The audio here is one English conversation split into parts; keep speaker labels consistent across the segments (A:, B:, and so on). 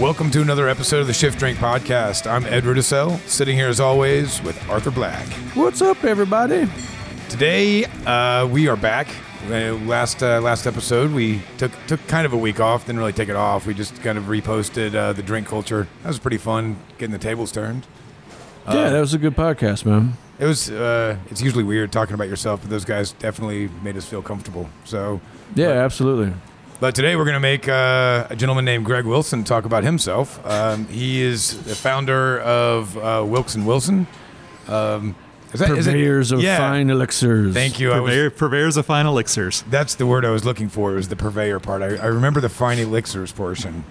A: Welcome to another episode of the Shift Drink Podcast. I'm Ed Rudisell, sitting here as always with Arthur Black.
B: What's up, everybody?
A: Today uh, we are back. Uh, last uh, last episode we took took kind of a week off. Didn't really take it off. We just kind of reposted uh, the drink culture. That was pretty fun getting the tables turned.
B: yeah, that was a good podcast, man.
A: It was. Uh, it's usually weird talking about yourself, but those guys definitely made us feel comfortable. So,
B: Yeah, absolutely.
A: but today we're gonna make uh, a gentleman named Greg Wilson talk about himself. Um, he is the founder of uh, Wilson Wilson. Um, is that- is it-
B: Purveyors of
A: yeah.
B: fine elixirs.
A: Thank you. I was-
C: Purveyor, purveyors of fine elixirs.
A: That's the word I was looking for. was the purveyor part. I, I remember the fine elixirs portion.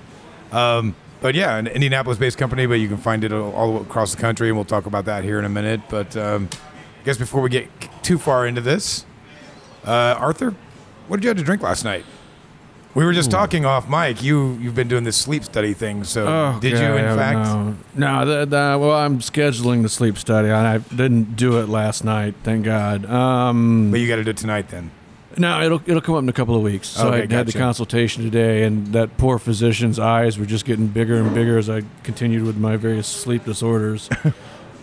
A: Um, but yeah, an Indianapolis-based company, but you can find it all, all across the country, and we'll talk about that here in a minute. But um, I guess before we get k- too far into this, uh, Arthur, what did you have to drink last night? We were just talking off mic. You you've been doing this sleep study thing. So
B: Oh,
A: did you
B: God,
A: in
B: I
A: fact?
B: don't know. No, that, that, well, I'm scheduling the sleep study, and I didn't do it last night. Thank God. Um,
A: But you got to do it tonight then.
B: No, it'll it'll come up in a couple of weeks. So
A: Okay,
B: I had the
A: gotcha.
B: consultation today, and that poor physician's eyes were just getting bigger and bigger as I continued with my various sleep disorders.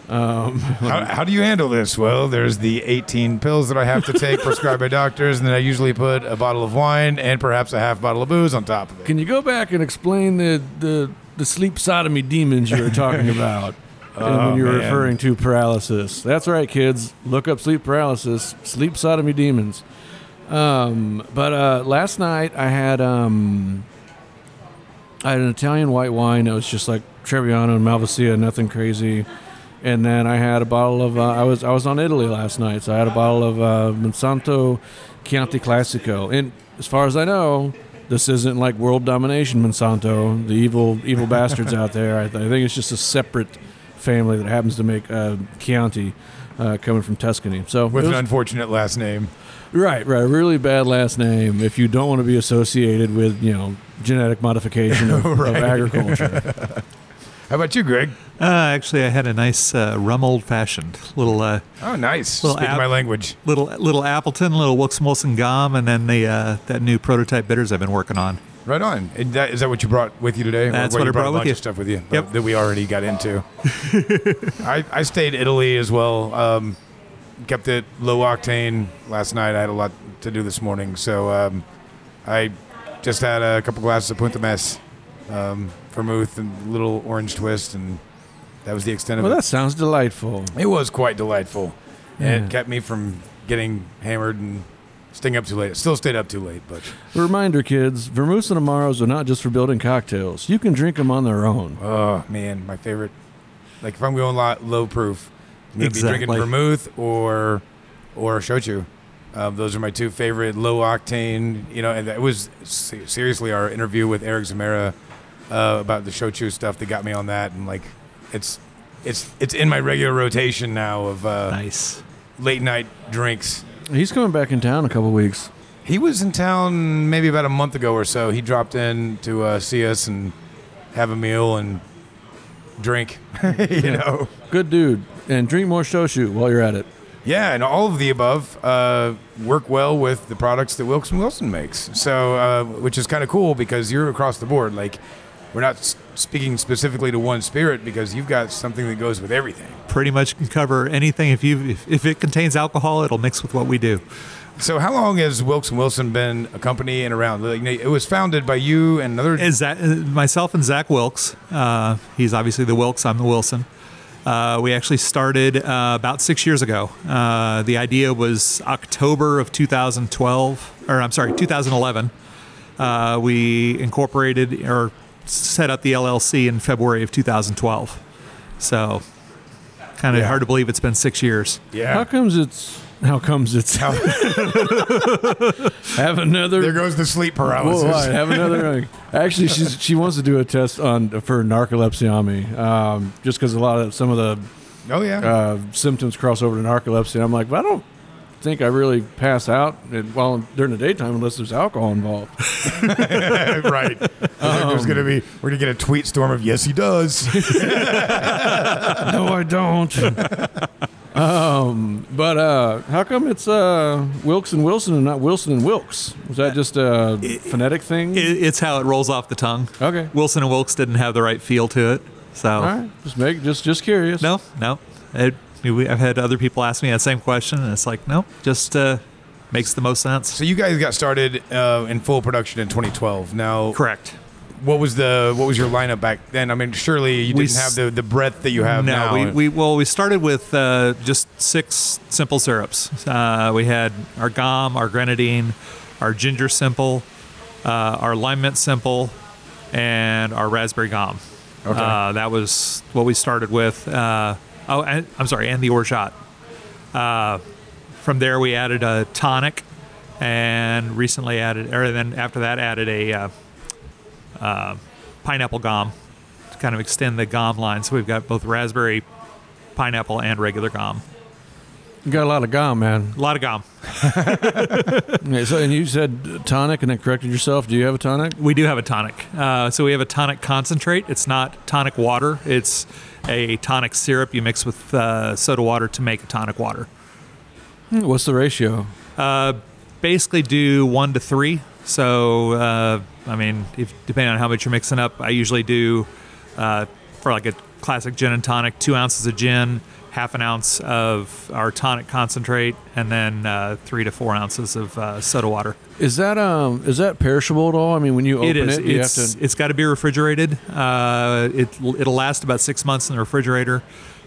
A: How, how do you handle this? Well, there's the 18 pills that I have to take prescribed by doctors, and then I usually put a bottle of wine and perhaps a half bottle of booze on top of it.
B: Can you go back and explain the the, the sleep sodomy demons you were talking about and when you were
A: man.
B: referring to paralysis? That's right, kids. Look up sleep paralysis, sleep sodomy demons. Um, but uh, last night I had um, I had an Italian white wine. It was just like Trebbiano and Malvasia, nothing crazy. And then I had a bottle of uh, I was I was on Italy last night, so I had a bottle of uh, Monsanto Chianti Classico. And as far as I know, this isn't like world domination Monsanto, the evil evil bastards out there. I, th- I think it's just a separate family that happens to make uh, Chianti. Uh, coming from Tuscany, so
A: With
B: it
A: an
B: was-
A: unfortunate last name.
B: Right, right. Really bad last name if you don't want to be associated with, you know, genetic modification of, of
A: Right.
B: agriculture.
A: How about you, Greg?
C: Uh, actually, I had a nice uh, rum old fashioned little uh,
A: Oh, nice.
C: Well,
A: Speaking
C: ab-
A: my language.
C: little little Appleton, little Wilson Wilson Gom, and then the uh, that new prototype bitters I've been working on.
A: Right on. And that, is that what you brought with you today? Or
C: That's what
A: you
C: I
A: a
C: brought with
A: bunch
C: you.
A: of stuff with you but-
C: Yep.
A: that we already got into. I, I stayed Italy as well. Um, kept it low octane last night. I had a lot to do this morning, so um, I just had a couple glasses of Punta Mess, um, vermouth, and a little orange twist, and that was the extent of
B: well,
A: it.
B: that sounds delightful.
A: It was quite delightful.
B: Yeah.
A: It kept me from getting hammered and staying up too late. Still stayed up too late, but
B: Reminder, kids, vermouths and amaros are not just for building cocktails. You can drink them on their own.
A: Oh man, my favorite. Like if I'm going low, low proof, I'm gonna be
C: Exactly.
A: drinking vermouth or or shochu. Um, those are my two favorite low octane. You know, and that was se- seriously our interview with Eric Zamora uh, about the shochu stuff that got me on that, and like it's it's it's in my regular rotation now of uh,
C: Nice.
A: late night drinks.
B: He's coming back in town in a couple weeks.
A: He was in town maybe about a month ago or so. He dropped in to uh, see us and have a meal and drink. you know.
B: Good dude. And drink more shochu while you're at it.
A: Yeah, and all of the above uh, work well with the products that Wilson Wilson makes. So, uh, which is kind of cool because you're across the board. Like, we're not s- speaking specifically to one spirit because you've got something that goes with everything.
C: Pretty much can cover anything. If you if, if it contains alcohol, it'll mix with what we do.
A: So, how long has Wilson Wilson been a company and around? Like, it was founded by you and another.
C: Is that uh, myself and Zach Wilkes? Uh, he's obviously the Wilkes. I'm the Wilson. Uh, we actually started uh, about six years ago. Uh, the idea was October of 2012, or I'm sorry, 2011. Uh, we incorporated or set up the LLC in February of 2012. So, kind of
A: Yeah.
C: hard to believe it's been six years.
B: How
A: yeah.
B: comes it's. How comes it's. have another
A: There goes the sleep
B: Well,
A: paralysis.
B: all right, have another drink. Actually, she's, she wants to do a test on for narcolepsy on me, um, just because a lot of some of the
A: oh yeah.
B: uh, symptoms cross over to narcolepsy. And I'm like, well, I don't think I really pass out and while during the daytime unless there's alcohol involved.
A: right. I think there's gonna be we're gonna get a tweet storm of yes he does.
B: no, I don't. Um, but uh, how come it's uh, Wilkes and Wilson and not Wilson and Wilkes? Was that just a phonetic thing?
C: It, it's how it rolls off the tongue.
B: okay.
C: Wilson and Wilkes didn't have the right feel to it, so
B: Uh. All right. Just make just just curious.
C: no, no. It, we- I've had other people ask me that same question, and it's like, no, just uh, makes the most sense.
A: So you guys got started uh, in full production in 2012. Now,
C: Correct.
A: what was the what was your lineup back then? I mean, surely you
C: We
A: didn't have
C: s-
A: the, the breadth that you have
C: no,
A: now.
C: we, we well we started with uh, just six simple syrups. Uh, we had our gum, our grenadine, our ginger simple, uh, our lime mint simple, and our raspberry gum.
A: Okay.
C: Uh, that was what we started with. Uh, oh, and, I'm sorry, and the orgeat. Uh, from there, we added a tonic, and recently added, or then after that, added a uh, uh, pineapple gum to kind of extend the gum line. So we've got both raspberry, pineapple, and regular gum.
B: You got a lot of gum, man.
C: A lot of gum.
B: Okay, so and you said tonic and then corrected yourself. Do you have a tonic?
C: We do have a tonic. Uh, so we have a tonic concentrate. It's not tonic water. It's a tonic syrup you mix with uh, soda water to make a tonic water. Hmm.
B: What's the ratio?
C: Uh, basically, do one to three. So, uh, I mean, if depending on how much you're mixing up, I usually do uh, for like a classic gin and tonic, two ounces of gin, half an ounce of our tonic concentrate, and then uh, three to four ounces of uh, soda water.
B: Is that um is that perishable at all? I mean, when you open it,
C: It is.
B: you
C: it's
B: have to.
C: it's got to be refrigerated. Uh, it it'll last about six months in the refrigerator.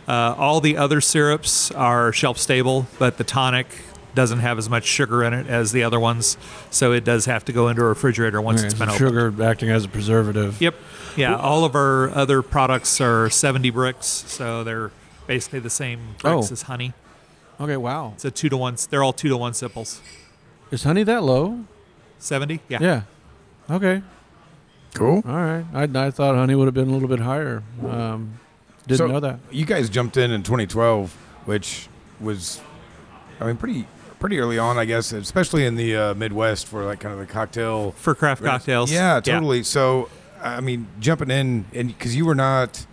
C: Uh, all the other syrups are shelf stable, but the tonic doesn't have as much sugar in it as the other ones, so it does have to go into a refrigerator once
B: Okay,
C: it's
B: so
C: been opened.
B: sugar acting as a preservative.
C: Yep. Yeah. All of our other products are 70 bricks, so they're basically the same bricks
B: Oh.
C: as honey.
B: Okay. Wow.
C: It's a two to one. They're all two to one simples.
B: Is honey that low?
C: 70. Yeah.
B: Yeah. Okay.
A: cool.
B: All right. I, I thought honey would have been a little bit higher. Um, didn't
A: So-
B: know that.
A: You guys jumped in in 2012, which was, I mean, pretty pretty early on, I guess, especially in the uh, Midwest for like kind of the cocktail
C: For craft cocktails.
A: Yeah, totally. So, I mean, jumping in and because you were not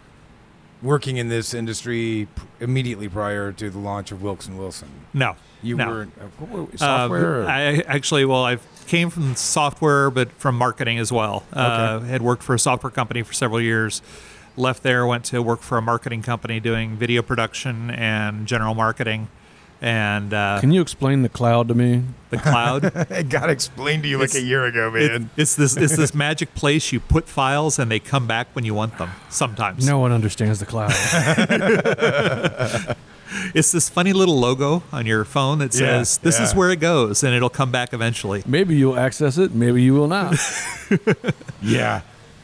A: working in this industry p- immediately prior to the launch of Wilkes and Wilson,
C: No.
A: you
C: No.
A: were uh, what were-
C: Uh,
A: software. or-
C: I actually, well, I came from software, but from marketing as well. Uh, had worked for a software company for several years. Left there, went to work for a marketing company doing video production and general marketing, and uh,
B: Can you explain the cloud to me?
C: the cloud.
A: it got explained to you like a
C: It's-
A: year ago,
C: It-
A: man.
C: it's this it's this magic place you put files and they come back when you want them. Sometimes
B: No one understands the cloud.
C: it's this funny little logo on your phone that
A: Yeah,
C: says this is
A: yeah.
C: where it goes, and it'll come back eventually.
B: maybe you'll access it. Maybe you will not.
A: yeah,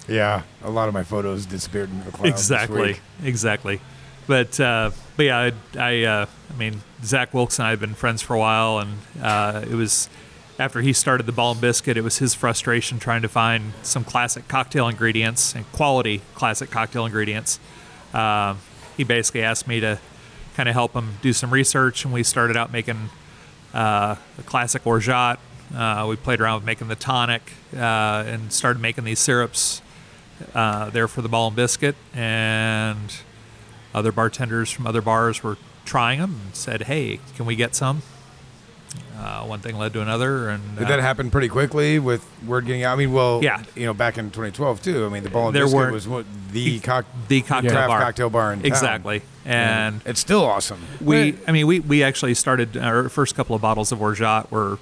A: yeah. A lot of my photos disappeared into the cloud. this
C: exactly
A: week.
C: exactly but uh, but yeah i I, uh, I mean zach wilkes and i have been friends for a while and uh, it was after he started the ball and biscuit it was his frustration trying to find some classic cocktail ingredients and quality classic cocktail ingredients uh, he basically asked me to kind of help him do some research and we started out making uh, a classic orgeat uh, we played around with making the tonic uh, and started making these syrups uh, there for the ball and biscuit, and other bartenders from other bars were trying them and said, "Hey, can we get some?" Uh, one thing led to another, and
A: Did
C: uh,
A: that happen pretty quickly with word getting out? I mean, well,
C: Yeah.
A: you know, back in 2012 too. I mean, the Ball and
C: There
A: Biscuit
C: weren't-
A: was what, the cock,
C: the cocktail
A: craft
C: bar,
A: cocktail bar in town.
C: exactly, and
A: It's still awesome.
C: we i mean we we actually started our first couple of bottles of orgeat were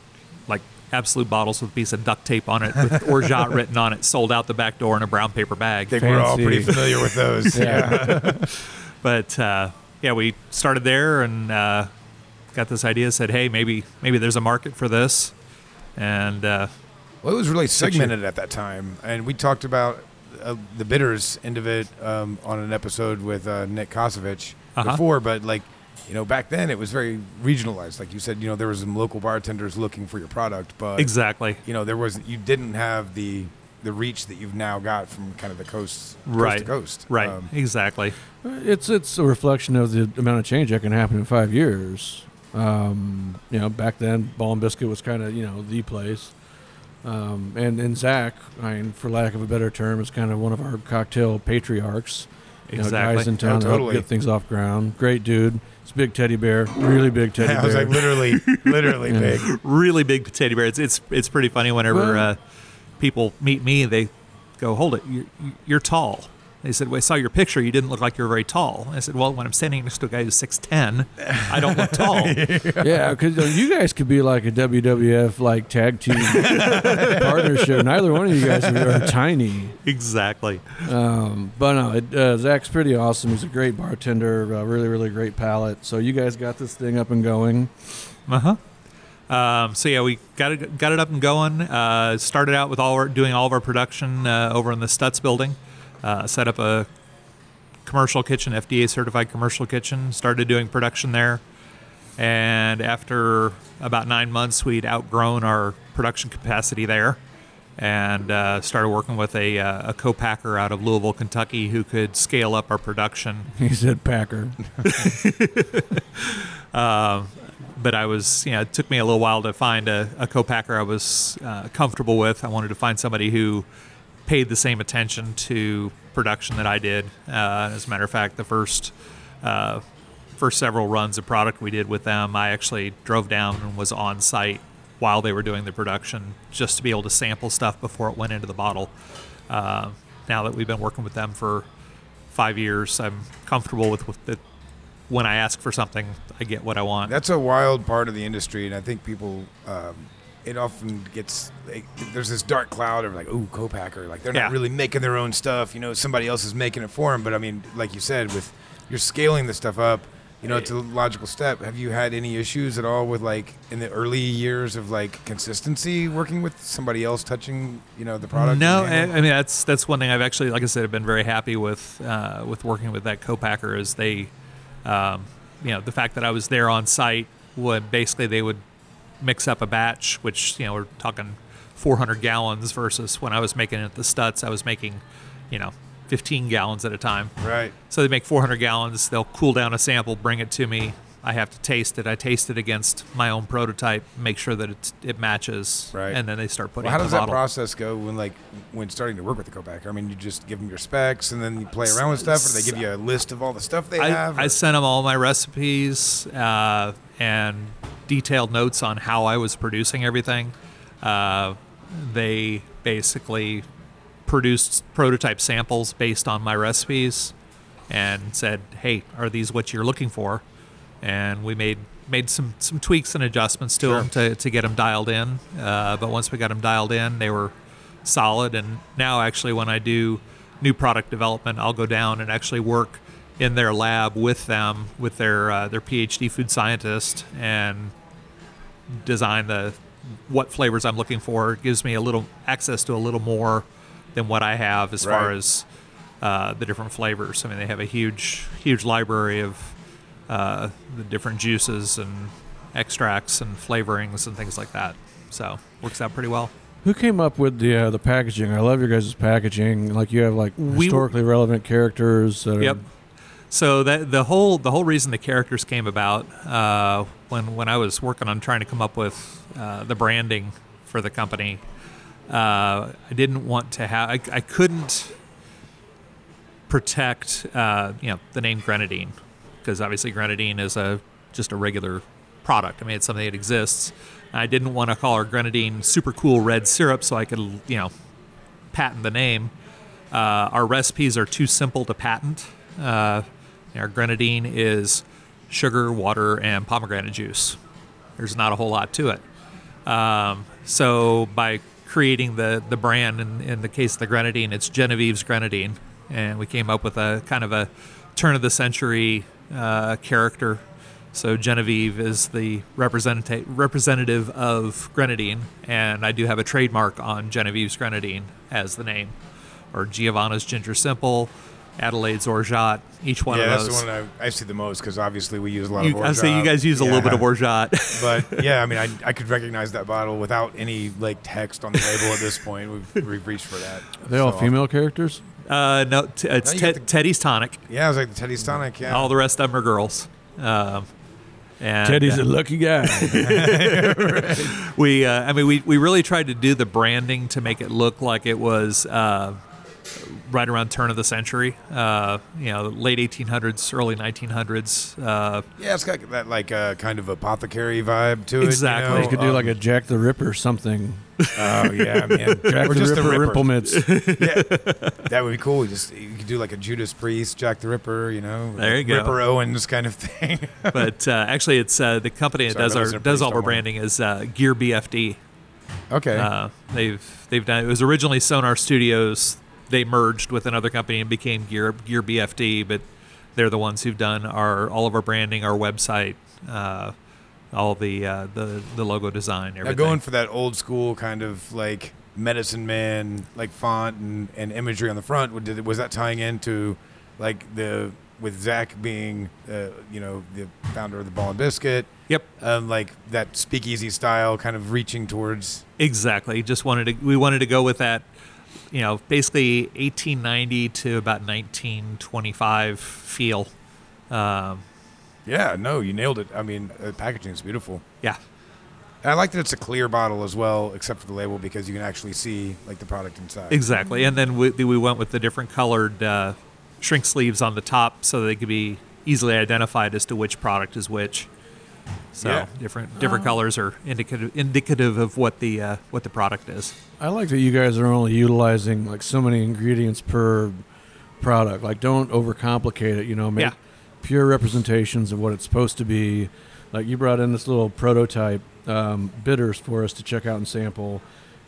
C: like absolute bottles with a piece of duct tape on it with orgeat written on it sold out the back door in a brown paper bag
A: I think we're all
B: Fancy.
A: pretty familiar with those.
B: Yeah.
C: but uh, yeah we started there and uh, got this idea said hey maybe maybe there's a market for this and uh,
A: Well, it was really segmented at that time, and we talked about uh, the bitters end of it um, on an episode with uh, Nick Kosovich
C: Uh-huh.
A: before, but like. You know, back then it was very regionalized. Like you said, you know, there was some local bartenders looking for your product, but
C: exactly
A: you know, there was you didn't have the the reach that you've now got from kind of the coast,
C: right
A: coast to coast.
C: right
A: Um,
C: exactly
B: It's it's a reflection of the amount of change that can happen in five years. Um, you know, back then, Ball and Biscuit was kind of you know the place, um, and and Zach, I mean, for lack of a better term, is kind of one of our cocktail patriarchs. You know,
C: Exactly.
B: guys in
A: Oh,
B: town to
A: totally.
B: help get things off ground. Great dude. It's a big teddy bear, really big teddy
A: Yeah, I
B: bear.
A: was like literally, literally
B: Yeah.
A: big.
C: really big teddy bear. It's it's, it's pretty funny whenever
B: Well-
C: uh, people meet me, they go, "Hold it, you're, you're tall." They said, "Well, I saw your picture. You didn't look like you're very tall." I said, "Well, when I'm standing next to a guy who's six ten, I don't look tall."
B: yeah, because you guys could be like a WWF like tag team partnership. Neither one of you guys are tiny.
C: exactly.
B: Um, but no, it, uh, Zach's pretty awesome. He's a great bartender, uh, really, really great palate. So you guys got this thing up and going.
C: Uh huh. Um, so yeah, we got it got it up and going. Uh, started out with all our, doing all of our production uh, over in the Stutz building. Uh, set up a commercial kitchen, FDA certified commercial kitchen. Started doing production there, and after about nine months, we'd outgrown our production capacity there, and uh, started working with a, uh, a co-packer out of Louisville, Kentucky, who could scale up our production
B: He said, Packer.
C: um, but I was, you know, it took me a little while to find a, a co-packer I was uh, comfortable with. I wanted to find somebody who paid the same attention to production that I did. Uh, as a matter of fact, the first uh, first several runs of product we did with them, I actually drove down and was on site while they were doing the production just to be able to sample stuff before it went into the bottle. Uh, now that we've been working with them for five years, I'm comfortable with, with the, when I ask for something, I get what I want.
A: That's a wild part of the industry, and I think people. Um, it often gets like, there's this dark cloud of like, ooh, co-packer, like they're
C: Yeah.
A: not really making their own stuff. You know, somebody else is making it for them. But I mean, like you said, with you're scaling this stuff up, you know, it's a logical step. Have you had any issues at all with like in the early years of like consistency working with somebody else touching, you know, the product?
C: No,
A: and
C: I, I
A: handling-
C: mean that's that's one thing I've actually, like I said, I've been very happy with uh, with working with that co-packer. Is they, um, you know, the fact that I was there on site would basically they would mix up a batch, which you know we're talking 400 gallons versus when I was making it at the Stutz, I was making, you know, 15 gallons at a time.
A: right.
C: So they make 400 gallons. They'll cool down a sample, bring it to me. I have to taste it. I taste it against my own prototype, make sure that it, it matches,
A: Right.
C: and then they start putting.
A: Well, how
C: it in
A: does
C: the
A: that
C: bottle.
A: process go when like when starting to work with the co-packer? I mean, you just give them your specs and then you play around with stuff, or they give you a list of all the stuff they have.
C: I, I
A: or-
C: sent them all my recipes uh, and detailed notes on how I was producing everything. Uh, they basically produced prototype samples based on my recipes and said, "Hey, are these what you're looking for?" And we made made some some tweaks and adjustments to them to, to get them dialed in. Uh, but once we got them dialed in, they were solid. And now, actually, when I do new product development, I'll go down and actually work in their lab with them, with their uh, their PhD food scientist, and design the what flavors I'm looking for. It gives me a little access to a little more than what I have as far
A: Right.
C: as uh, the different flavors. I mean, they have a huge, huge library of uh, the different juices and extracts and flavorings and things like that. So works out pretty well.
B: Who came up with the uh, the packaging? I love your guys' packaging. Like you have like
C: We-
B: historically relevant characters. That are,
C: Yep. So that the whole the whole reason the characters came about uh, when when I was working on trying to come up with uh, the branding for the company, uh, I didn't want to have I, I couldn't protect uh, you know the name grenadine because obviously grenadine is a just a regular product. I mean it's something that exists. I didn't want to call our grenadine super cool red syrup so I could you know patent the name. Uh, our recipes are too simple to patent. Uh, our grenadine is sugar, water, and pomegranate juice. There's not a whole lot to it. Um, so by creating the the brand, in, in the case of the grenadine, it's Genevieve's grenadine, and we came up with a kind of a turn of the century uh, character. So Genevieve is the representative representative of grenadine, and I do have a trademark on Genevieve's grenadine as the name, or Giovanna's ginger simple, Adelaide's orgeat. Each one
A: yeah,
C: of
A: that's
C: those.
A: the one I, I see the most because obviously we use a lot
C: You-
A: of.
C: I say you
A: Orgeat.
C: guys use a little bit of
A: Yeah.
C: orgeat.
A: but yeah, I mean, I, I could recognize that bottle without any like text on the label at this point. We've, we've reached for that.
B: Are they all
A: So-
B: female characters?
C: Uh, no, t- it's
A: you got
C: Ted-
A: the-
C: Teddy's tonic.
A: Yeah, I was like the Teddy's tonic. Yeah,
C: All the rest of them are girls. Um, and
B: Teddy's
C: uh,
B: a lucky guy.
C: we, uh, I mean, we, we really tried to do the branding to make it look like it was uh, right around turn of the century, uh, you know, late 1800s, early 1900s. Uh,
A: Yeah, it's got that like uh, kind of apothecary vibe to it.
C: Exactly.
A: You, know?
B: You could do
A: Um,
B: like a Jack the Ripper or something.
A: oh yeah, man,
B: Jack
A: or
B: the
A: just
B: Ripper,
A: the Ripper.
B: Ripple Mitts.
A: yeah, that would be cool. You just you could do like a Judas Priest, Jack the Ripper, you know,
C: There you go.
A: Ripper Owens kind of thing.
C: but uh, actually, it's uh, the company that
A: Sorry,
C: does
A: that
C: our
A: was a
C: does
A: pretty
C: all our
A: strong one.
C: branding is uh, Gear BFD.
A: okay,
C: Uh, they've they've done it was originally Sonar Studios. They merged with another company and became Gear Gear BFD, but they're the ones who've done our all of our branding, our website, uh, all the uh, the the logo design,
A: now
C: everything.
A: going for that old school kind of like medicine man like font and, and imagery on the front. would- Did, was that tying into like the with Zach being uh, you know the founder of the Ball and Biscuit,
C: yep,
A: um, like that speakeasy style kind of reaching towards
C: exactly. Just wanted to we wanted to go with that. You know, basically 1890 to about 1925 feel. Um,
A: Yeah, no, you nailed it. I mean, uh, packaging is beautiful.
C: yeah.
A: And I like that it's a clear bottle as well, except for the label, because you can actually see like the product inside.
C: Exactly, and then we, we went with the different colored uh, shrink sleeves on the top, so they could be easily identified as to which product is which. So
A: Yeah.
C: different different colors are indicative indicative of what the uh, what the product is.
B: I like that you guys are only utilizing like so many ingredients per product. Like, don't overcomplicate it. You know, make
C: Yeah.
B: pure representations of what it's supposed to be. Like, you brought in this little prototype um, bitters for us to check out and sample,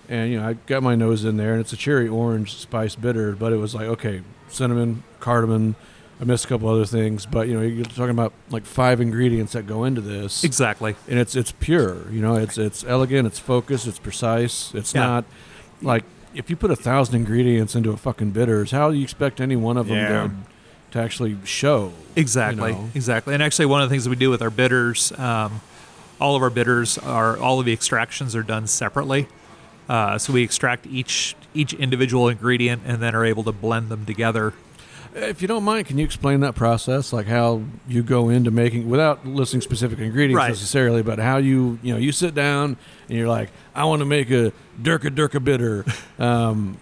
B: and you know, I got my nose in there, and it's a cherry orange spice bitter, but it was like okay, cinnamon, cardamom. I missed a couple other things, but you know, you're talking about like five ingredients that go into this
C: Exactly.
B: and it's it's pure. You know, it's it's elegant, it's focused, it's precise. It's
C: Yeah.
B: not like if you put a thousand ingredients into a fucking bitters, how do you expect any one of them
A: Yeah.
B: to, to actually show?
C: Exactly,
B: You know?
C: exactly. And actually, one of the things that we do with our bitters, um, all of our bitters are all of the extractions are done separately. Uh, so we extract each each individual ingredient and then are able to blend them together.
B: If you don't mind, can you explain that process, like how you go into making without listing specific ingredients
C: Right.
B: necessarily, but how you you know you sit down and you're like, I want to make a Durka Durka bitter. Um,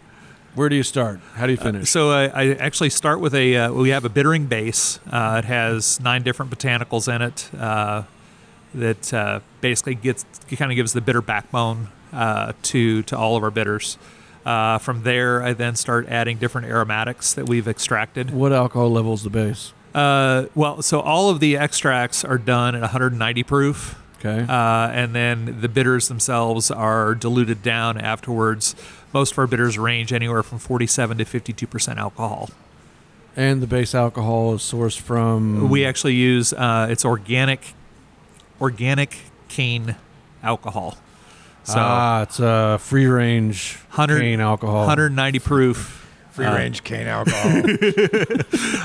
B: where do you start? How do you finish?
C: Uh, So I, I actually start with a. Uh, we have a bittering base. Uh, it has nine different botanicals in it uh, that uh, basically gets kind of gives the bitter backbone uh, to to all of our bitters. Uh, from there, I then start adding different aromatics that we've extracted.
B: what alcohol level is the base?
C: Uh, well, so all of the extracts are done at 190 proof.
B: Okay.
C: Uh, and then the bitters themselves are diluted down afterwards. Most of our bitters range anywhere from 47 to 52% alcohol.
B: And the base alcohol is sourced from.
C: We actually use uh, it's organic, organic cane alcohol. So
B: ah, it's a free range
C: 100
B: cane alcohol.
C: 190 proof.
A: Free range cane alcohol.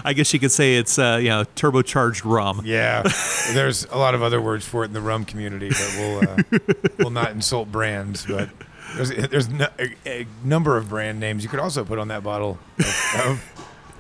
C: I guess you could say it's uh, you know turbocharged rum.
A: yeah, there's a lot of other words for it in the rum community, but we'll uh, we'll not insult brands. But there's there's no, a, a number of brand names you could also put on that bottle of. of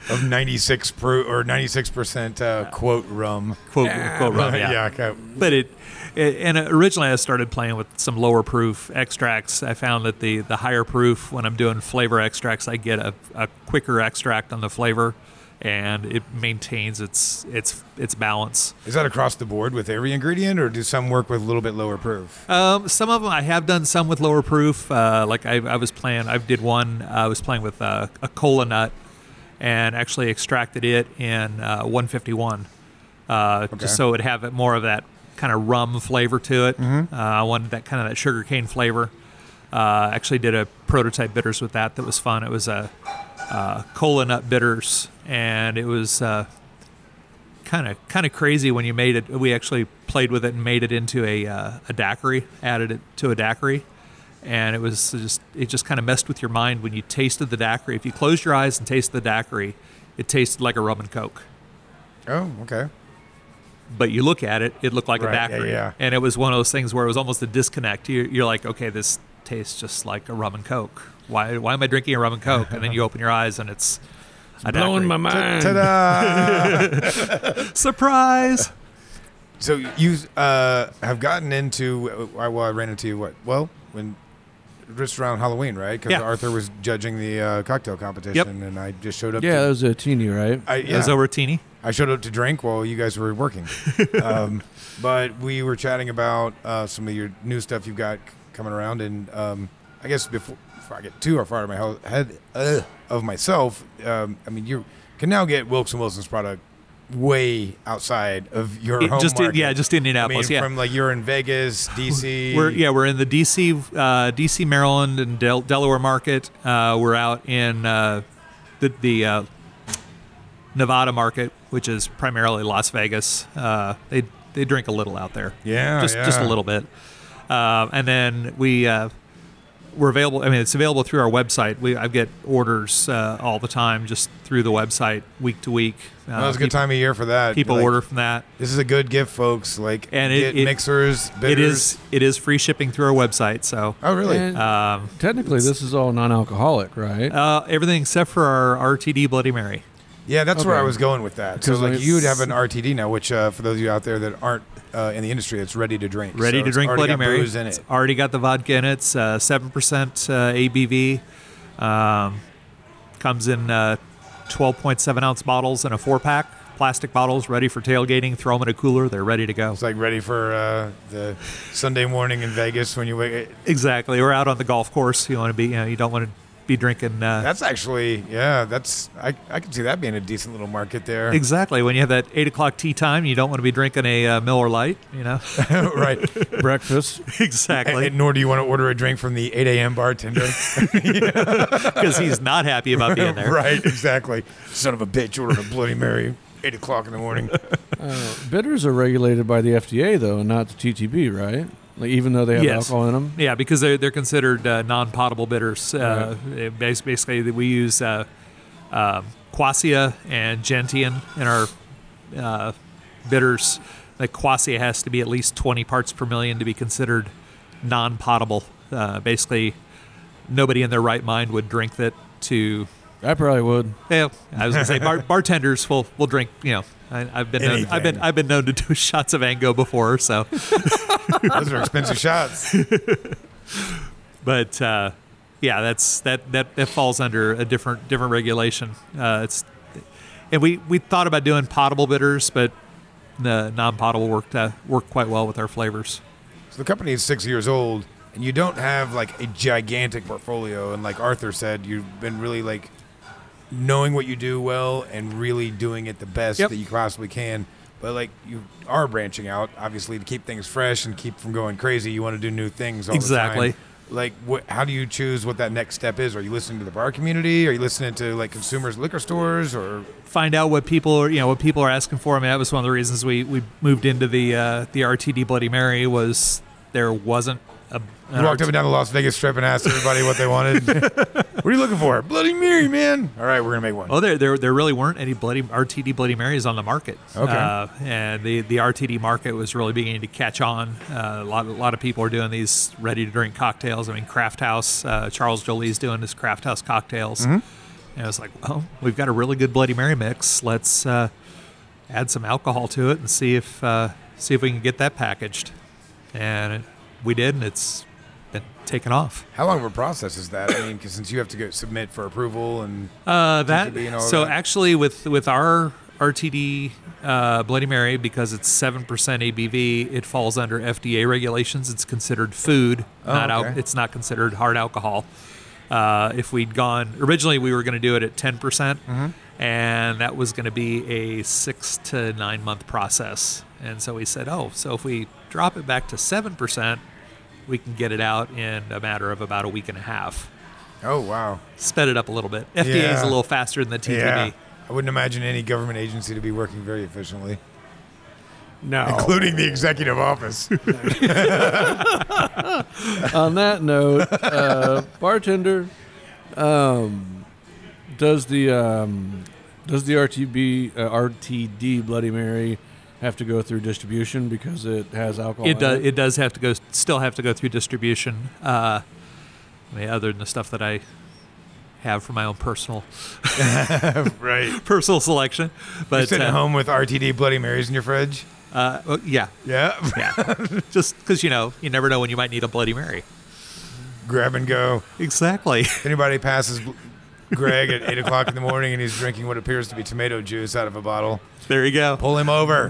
A: of 96 pro or 96% uh, quote rum.
C: Quote, quote rum. Oh, Yeah.
A: yeah okay.
C: But it, it and originally I started playing with some lower proof extracts. I found that the the higher proof when I'm doing flavor extracts, I get a, a quicker extract on the flavor, and it maintains its its its balance.
A: Is that across the board with every ingredient, or do some work with a little bit lower proof?
C: Um, some of them I have done some with lower proof. Uh, like I, I was playing, I did one. Uh, I was playing with uh, a cola nut, and actually extracted it in uh, 151, uh,
A: Okay.
C: just so it would have it more of that kind of rum flavor to it. Uh, I wanted that kind of that sugarcane flavor. Uh, actually, did a prototype bitters with that. That was fun. It was a uh, cola nut bitters, and it was. Uh, kind of kind of crazy when you made it. We actually played with it and made it into a uh, a daiquiri, added it to a daiquiri, and it was just it just kind of messed with your mind when you tasted the daiquiri. If you closed your eyes and tasted the daiquiri, it tasted like a rum and coke.
A: Oh, okay.
C: But you look at it, it looked like
A: Right,
C: a
A: yeah,
C: daiquiri,
A: yeah.
C: and it was one of those things where it was almost a disconnect. You're, you're like, okay, this tastes just like a rum and coke. Why why am I drinking a rum and coke? And then you open your eyes and it's, a
B: blowing
C: daiquiri.
B: my mind.
A: Ta-da!
C: surprise.
A: so uh, you uh, have gotten into well, I ran into you what? Well, when just around Halloween, right? Because
C: Yeah.
A: Arthur was judging the uh, cocktail competition, and I just showed up.
B: Yeah,
A: to,
B: that was a teeny, right?
A: I,
C: It was
A: yeah.
C: over at Teeny.
A: I showed up to drink while you guys were working. um, but we were chatting about uh, some of your new stuff you've got c- coming around, and um, I guess before, before I get too far out of my hel- head uh, of myself, um, I mean you can now get Wilkes and Wilson's product way outside of your
C: It-
A: home
C: just
A: market.
C: yeah, just
A: I mean
C: Indianapolis. yeah,
A: from like you're in Vegas, DC.
C: We're yeah, we're in the DC, uh, DC, Maryland, and Del- Delaware market. Uh, we're out in uh, the the uh, Nevada market, which is primarily Las Vegas. Uh, they they drink a little out there.
A: Yeah,
C: just just a
A: Oh, yeah.
C: little bit. Um, and then we uh, we're available. I mean, it's available through our website. We I get orders uh, all the time just through the website, week to week. Uh,
A: Well, it's a good
C: people,
A: time of year for that.
C: People
A: Like,
C: order from that.
A: This is a good gift, folks. Like,
C: And it-
A: get
C: it-
A: mixers, bitters.
C: It is it is free shipping through our website. So.
A: Oh, really?
B: And
C: Um,
B: technically, this is all non-alcoholic, right?
C: Uh, everything except for our RTD Bloody Mary.
A: Yeah, that's where I
B: Okay.
A: was going with that. So,
B: Because,
A: like,
B: like,
A: you'd have an RTD now, which uh, for those of you out there that aren't uh, in the industry, it's ready to drink.
C: Ready
A: So
C: to
A: it's
C: drink
A: already
C: Bloody
A: got
C: Mary.
A: booze in
C: It's
A: it.
C: already got the vodka in it. It's seven percent uh, ABV. Um, comes in uh, twelve point seven ounce bottles in a four pack. Plastic bottles ready for tailgating. Throw them in a cooler. They're ready to go.
A: It's like ready for uh, the Sunday morning in Vegas when you wake.
C: Exactly. We're out on the golf course. You want to be. You know. You don't want to be drinking. Uh,
A: That's actually, yeah, that's I, I can see that being a decent little market there,
C: exactly. When you have that eight o'clock tea time, you don't want to be drinking a uh, Miller Light. You know.
A: right?
B: Breakfast.
C: exactly.
A: And nor do you want to order a drink from the 8 a.m. bartender,
C: Because he's not happy about being there.
A: right? Exactly. Son of a bitch ordered a Bloody Mary, eight o'clock in the morning.
B: Uh, bitters are regulated by the FDA, though, not the TTB, right? Like, even though they have
C: Yes.
B: alcohol in them.
C: Yeah, because they're they're considered uh, non-potable bitters. Uh, it bas- Basically, that we use uh, um quassia and gentian in our uh, bitters. Like quassia has to be at least 20 parts per million to be considered non-potable. Uh, basically, nobody in their right mind would drink that. To
B: I probably would.
C: yeah, I was gonna say bar- bartenders will will drink. You know, I, I've been known, I've been
A: Anything.
C: I've been known to do shots of ango before, so.
A: Those are expensive shots.
C: but uh, yeah, that's that, that that falls under a different different regulation. Uh, it's and we we thought about doing potable bitters, but the non-potable worked uh, worked quite well with our flavors.
A: So the company is six years old, and you don't have like a gigantic portfolio. And like Arthur said, you've been really like knowing what you do well and really doing it the best
C: Yep.
A: that you possibly can. But like you are branching out, obviously, to keep things fresh and keep from going crazy. You want to do new things all the
C: Exactly.
A: time. Like, what, how do you choose what that next step is? Are you listening to the bar community? Are you listening to like consumers, liquor stores, or
C: Find out what people are you know what people are asking for. I mean, that was one of the reasons we we moved into the uh, the RTD Bloody Mary was there wasn't a
A: You walked up and down the Las Vegas Strip and asked everybody what they wanted. what are you looking for? Bloody Mary, man. All right, we're gonna make one.
C: Oh, there, there, there really weren't any bloody RTD Bloody Marys on the market.
A: Okay.
C: Uh, and the, the RTD market was really beginning to catch on. Uh, a lot, a lot of people are doing these ready to drink cocktails. I mean, Craft House, uh, Charles Jolie's doing his Craft House cocktails.
A: Mm-hmm.
C: And I was like, well, we've got a really good Bloody Mary mix. Let's uh, add some alcohol to it and see if uh, see if we can get that packaged. And we did, and it's been taken off.
A: How long of a process is that? I mean, 'cause since you have to go submit for approval and
C: Uh, that
A: TTB and all
C: so
A: that?
C: actually with with our RTD uh, Bloody Mary because it's seven percent ABV, it falls under FDA regulations. It's considered food, not al-
A: okay.
C: it's not considered hard alcohol. Uh, if we'd gone originally, we were going to do it at ten percent, and that was going to be a six to nine month process. And so we said, oh, so if we drop it back to seven percent, we can get it out in a matter of about a week and a half
A: oh wow,
C: sped it up a little bit. FDA is
A: Yeah.
C: a little faster than the TTB.
A: yeah. I wouldn't imagine any government agency to be working very efficiently,
C: Oh.
B: No.
A: including the executive office.
B: On that note, uh, bartender, um, does the um, does the RTB uh, RTD Bloody Mary have to go through distribution because it has alcohol?
C: It
B: in
C: does. It does have to go. Still have to go through distribution. Uh, I mean, other than the stuff that I have for my own personal
A: right.
C: personal selection. But
A: You're sitting
C: uh,
A: at home with RTD Bloody Marys in your fridge.
C: uh, well, yeah,
A: Yeah.
C: yeah. Just because you know, you never know when you might need a Bloody Mary.
A: grab and go.
C: Exactly.
A: If anybody passes Greg at eight o'clock in the morning and he's drinking what appears to be tomato juice out of a bottle,
C: There you go.
A: pull him over.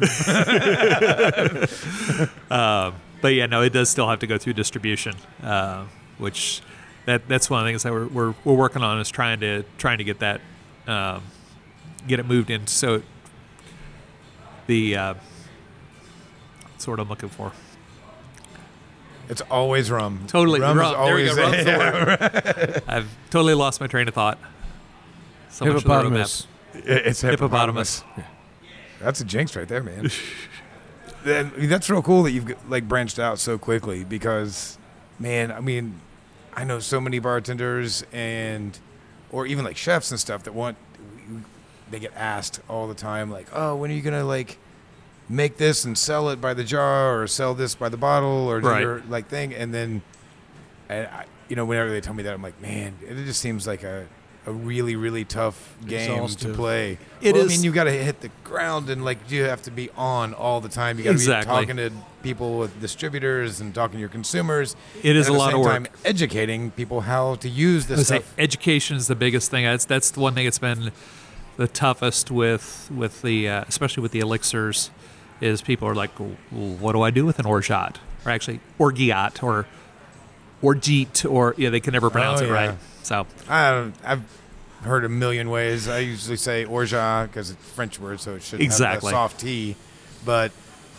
C: But yeah, no, it does still have to go through distribution, uh, which that that's one of the things that we're, we're, we're working on is trying to trying to get that um, get it moved in so it, the uh, that's what I'm looking for.
A: It's always rum.
C: Totally
A: rum.
C: rum.
A: Is
C: There we
A: always
C: go, rum's the I've totally lost my train of thought. So much for the roadmap.
B: Hippopotamus.
A: It's hippopotamus.
C: Hippopotamus.
A: That's a jinx right there, man. Then- I mean, that's real cool that you've like branched out so quickly because, man, I mean, I know so many bartenders and, or even like chefs and stuff that want, they get asked all the time, like, oh, when are you gonna like make this and sell it by the jar or sell this by the bottle or do
C: Right.
A: your like thing, and then, and I, you know, whenever they tell me that, I'm like, man, it just seems like a. A really, really tough game to
B: Exhaustive.
A: play. It
C: It
A: is.
C: is-
A: I mean, you got to hit the ground and like you have to be on all the time. You got to
C: Exactly.
A: be talking to people with distributors and talking to your consumers.
C: It is
A: And
C: a
A: at the
C: lot
A: same
C: of work.
A: Time, educating people how to use
C: I would
A: this
C: say
A: stuff.
C: education is the biggest thing. That's that's the one thing that's been the toughest with with the uh, especially with the elixirs is people are like, "Well, what do I do with an orgeat or actually orgeat or orgeat or yeah they can never pronounce
A: Oh,
C: it
A: yeah.
C: right. So
A: I don't, I've heard a million ways. I usually say orgeat because it's a French word, so it should have that
C: Exactly.
A: soft T. But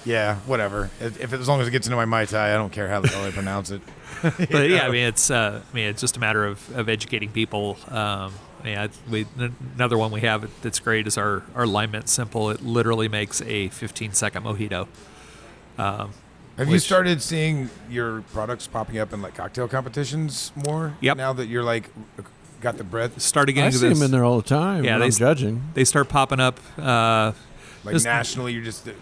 A: yeah, whatever. If, if as long as it gets into my mai tai, I don't care how the hell I pronounce it.
C: but yeah, I mean, it's uh, I mean, it's just a matter of, of educating people. Um, yeah, we n- another one we have that's great is our our lime mint simple. It literally makes a 15 second mojito.
A: Have you
C: Which-
A: started seeing your products popping up in like cocktail competitions more?
C: Yep.
A: Now that you're like got the breadth
C: Starting
B: I
C: into
B: see
C: this,
B: him in there all the time.
C: Yeah,
B: Yeah,
C: they
B: they
C: s-
B: judging.
C: they start popping up. Uh,
A: Like
C: Just-
A: nationally, you're just uh,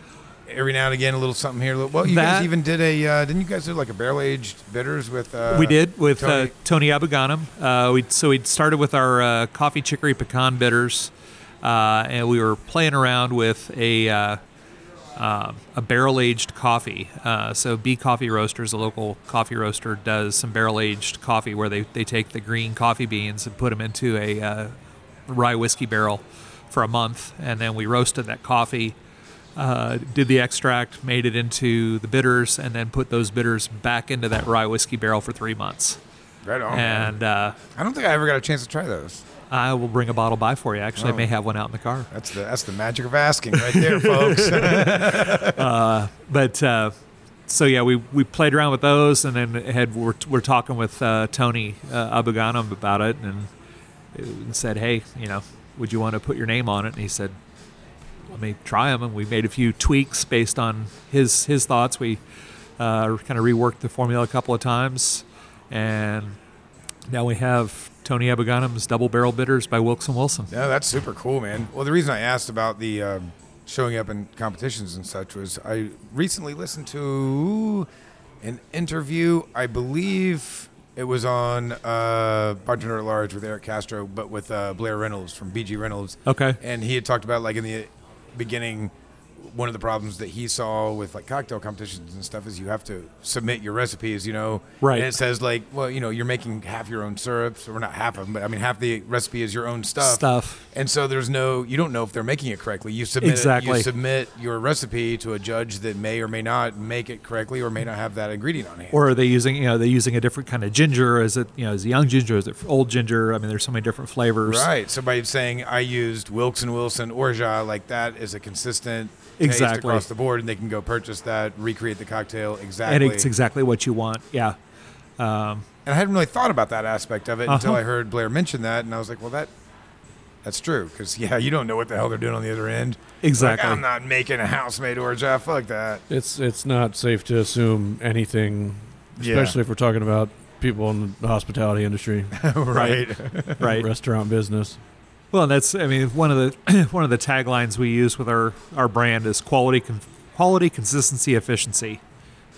A: every now and again a little something here. a little- Well, you
C: That-
A: guys even did a uh, didn't you guys do like a barrel aged bitters with? Uh,
C: we did with
A: Tony?
C: Uh, Tony Abuganim. Uh, we so we started with our uh, coffee chicory pecan bitters, uh, and we were playing around with a uh, um a barrel aged coffee. Uh, so B Coffee Roasters, a local coffee roaster, does some barrel aged coffee where they they take the green coffee beans and put them into a uh, rye whiskey barrel for a month, and then we roasted that coffee uh, did the extract, made it into the bitters, and then put those bitters back into that rye whiskey barrel for three months.
A: right on.
C: And uh,
A: I don't think I ever got a chance to try those.
C: I will bring a bottle by for you. Actually, I may have one out in the car.
A: That's the that's the magic of asking right there, folks.
C: But uh, so yeah, we, we played around with those, and then had we're, we're talking with uh, Tony uh, Abuganum about it, and, and said, hey, you know, would you want to put your name on it? And he said, let me try them. And we made a few tweaks based on his his thoughts. We uh, kind of reworked the formula a couple of times, and now we have Tony Abuganum's Double Barrel Bitters by Wilkson Wilson.
A: No, that's super cool, man. Well, the reason I asked about the um, showing up in competitions and such was I recently listened to an interview. I believe it was on uh, Bartender at Large with Eric Castro, but with uh, Blair Reynolds from BG Reynolds.
C: Okay.
A: And he had talked about like in the beginning, one of the problems that he saw with like cocktail competitions and stuff is you have to submit your recipes, you know.
C: Right.
A: And it says like, well, you know, you're making half your own syrups, or not half of them, but I mean half the recipe is your own stuff
C: Stuff.
A: and so there's no, you don't know if they're making it correctly. You submit,
C: Exactly.
A: you submit your recipe to a judge that may or may not make it correctly or may not have that ingredient on hand.
C: or are they using you know they using a different kind of ginger is it you know is it young ginger is it old ginger i mean there's so many different flavors
A: right. So by saying I used Wilkes and Wilson Orgeat, like that is a consistent taste
C: Exactly.
A: across the board, and they can go purchase that, recreate the cocktail
C: and
A: exactly.
C: it's exactly what you want yeah
A: and I hadn't really thought about that aspect of it until
C: Uh-huh.
A: I heard Blair mention that, and I was like, well, that that's true because yeah, you don't know what the hell they're doing on the other end.
C: exactly
A: Like, I'm not making a house-made Orgeat. Fuck that.
B: It's it's not safe to assume anything,
A: Yeah.
B: especially if we're talking about people in the hospitality industry,
A: right.
C: right
B: restaurant business.
C: well and that's i mean one of the one of the taglines we use with our our brand is quality con- quality consistency efficiency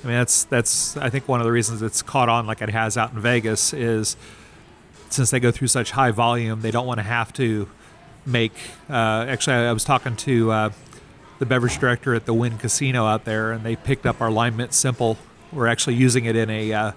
C: i mean that's that's i think one of the reasons it's caught on like it has out in vegas is since they go through such high volume they don't want to have to make uh, actually i was talking to uh, the beverage director at the Wynn Casino out there, and they picked up our Lime Mint Simple. We're actually using it in a uh,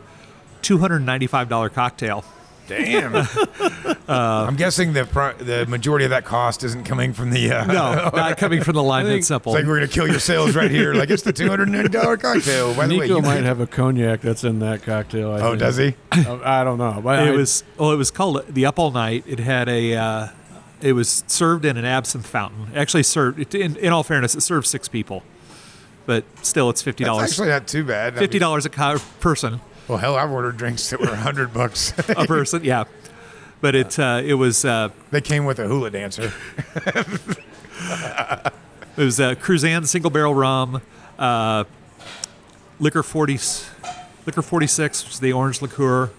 C: $295 cocktail.
A: Damn. I'm guessing the pro- the majority of that cost isn't coming from the. Uh,
C: No, not coming from the line
B: think-
C: that's simple.
A: It's like we're gonna kill your sales right here. Like it's the two hundred ninety dollar cocktail. By the way,
B: Nico
A: you-
B: might have a cognac that's in that cocktail. I
A: Oh,
B: think.
A: does he?
B: I I don't know. But
C: it
B: I-
C: was well, it was called the Up All Night. It had a, uh, it was served in an absinthe fountain. It actually served. It, in, in all fairness, it served six people, but still, it's fifty
A: That's
C: dollars.
A: actually not too bad. I mean,
C: Fifty dollars a co- person,
A: Well, hell, I've ordered drinks that were hundred bucks.
C: a person, yeah. But it uh, it was uh,
A: they came with a hula dancer.
C: it was uh, Cruzan single barrel rum, uh, liquor forty, liquor forty six, which is the orange liqueur,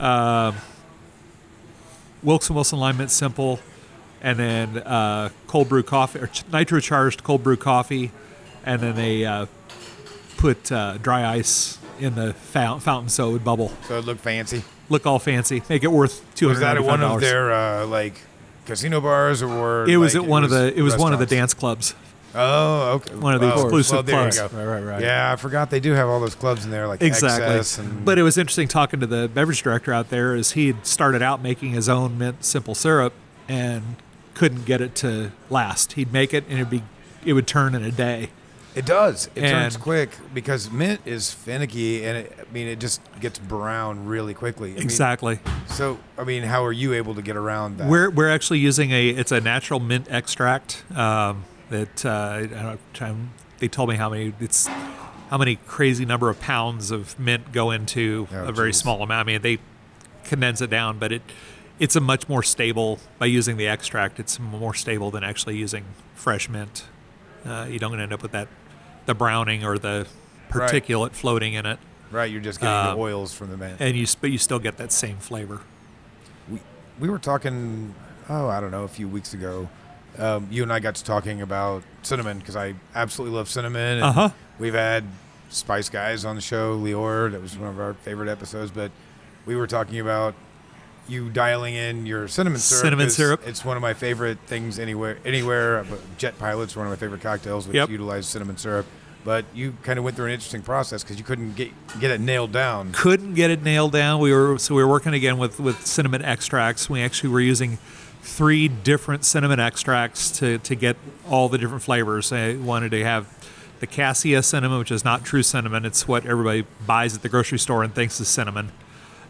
C: uh, Wilkes and Wilson Lime Mint Simple, and then uh, cold brew coffee or ch- nitro charged cold brew coffee, and then they uh, put uh, dry ice in the fou- fountain so it would bubble.
A: So it looked fancy.
C: Look all fancy, make it worth two
A: Was
C: hundred.
A: that at one of their uh, like casino bars or?
C: It was
A: like,
C: at one of the. It was one of the
A: restaurants?
C: dance clubs.
A: Oh, okay.
C: one of the
A: Oh,
C: exclusive
A: well, there you
C: clubs.
A: go.
B: Right, right, right.
A: Yeah, I forgot they do have all those clubs in there, like Excess
C: exactly.
A: and
C: But it was interesting talking to the beverage director out there, as he had started out making his own mint simple syrup and couldn't get it to last. He'd make it and it'd be it would turn in a day.
A: It does. It turns
C: And-
A: quick because mint is finicky, and it, I mean it just gets brown really quickly. I mean,
C: Exactly.
A: so I mean, how are you able to get around that?
C: We're we're actually using a it's a natural mint extract um, that uh, I don't know, I'm- they told me how many it's how many crazy number of pounds of mint go into
A: Oh,
C: a very
A: geez.
C: small amount. I mean they condense it down, but it it's a much more stable by using the extract. It's more stable than actually using fresh mint. Uh, you don't end up with that the browning or the
A: Right.
C: particulate floating in it,
A: right, you're just getting
C: Um,
A: the oils from the mint.
C: and you s- but you still get that same flavor.
A: we, we were talking oh i don't know a few weeks ago um, you and i got to talking about cinnamon because i absolutely love cinnamon and
C: Uh-huh.
A: we've had spice guys on the show leor that was one of our favorite episodes but we were talking about you dialing in your cinnamon syrup.
C: Cinnamon
A: 'cause
C: syrup.
A: It's one of my favorite things anywhere. Anywhere, but Jet Pilots one of my favorite cocktails, which
C: Yep.
A: utilized cinnamon syrup. But you kind of went through an interesting process because you couldn't get get it nailed down.
C: couldn't get it nailed down. We were so we were working again with with cinnamon extracts. We actually were using three different cinnamon extracts to to get all the different flavors. I wanted to have the cassia cinnamon, which is not true cinnamon. It's what everybody buys at the grocery store and thinks is cinnamon.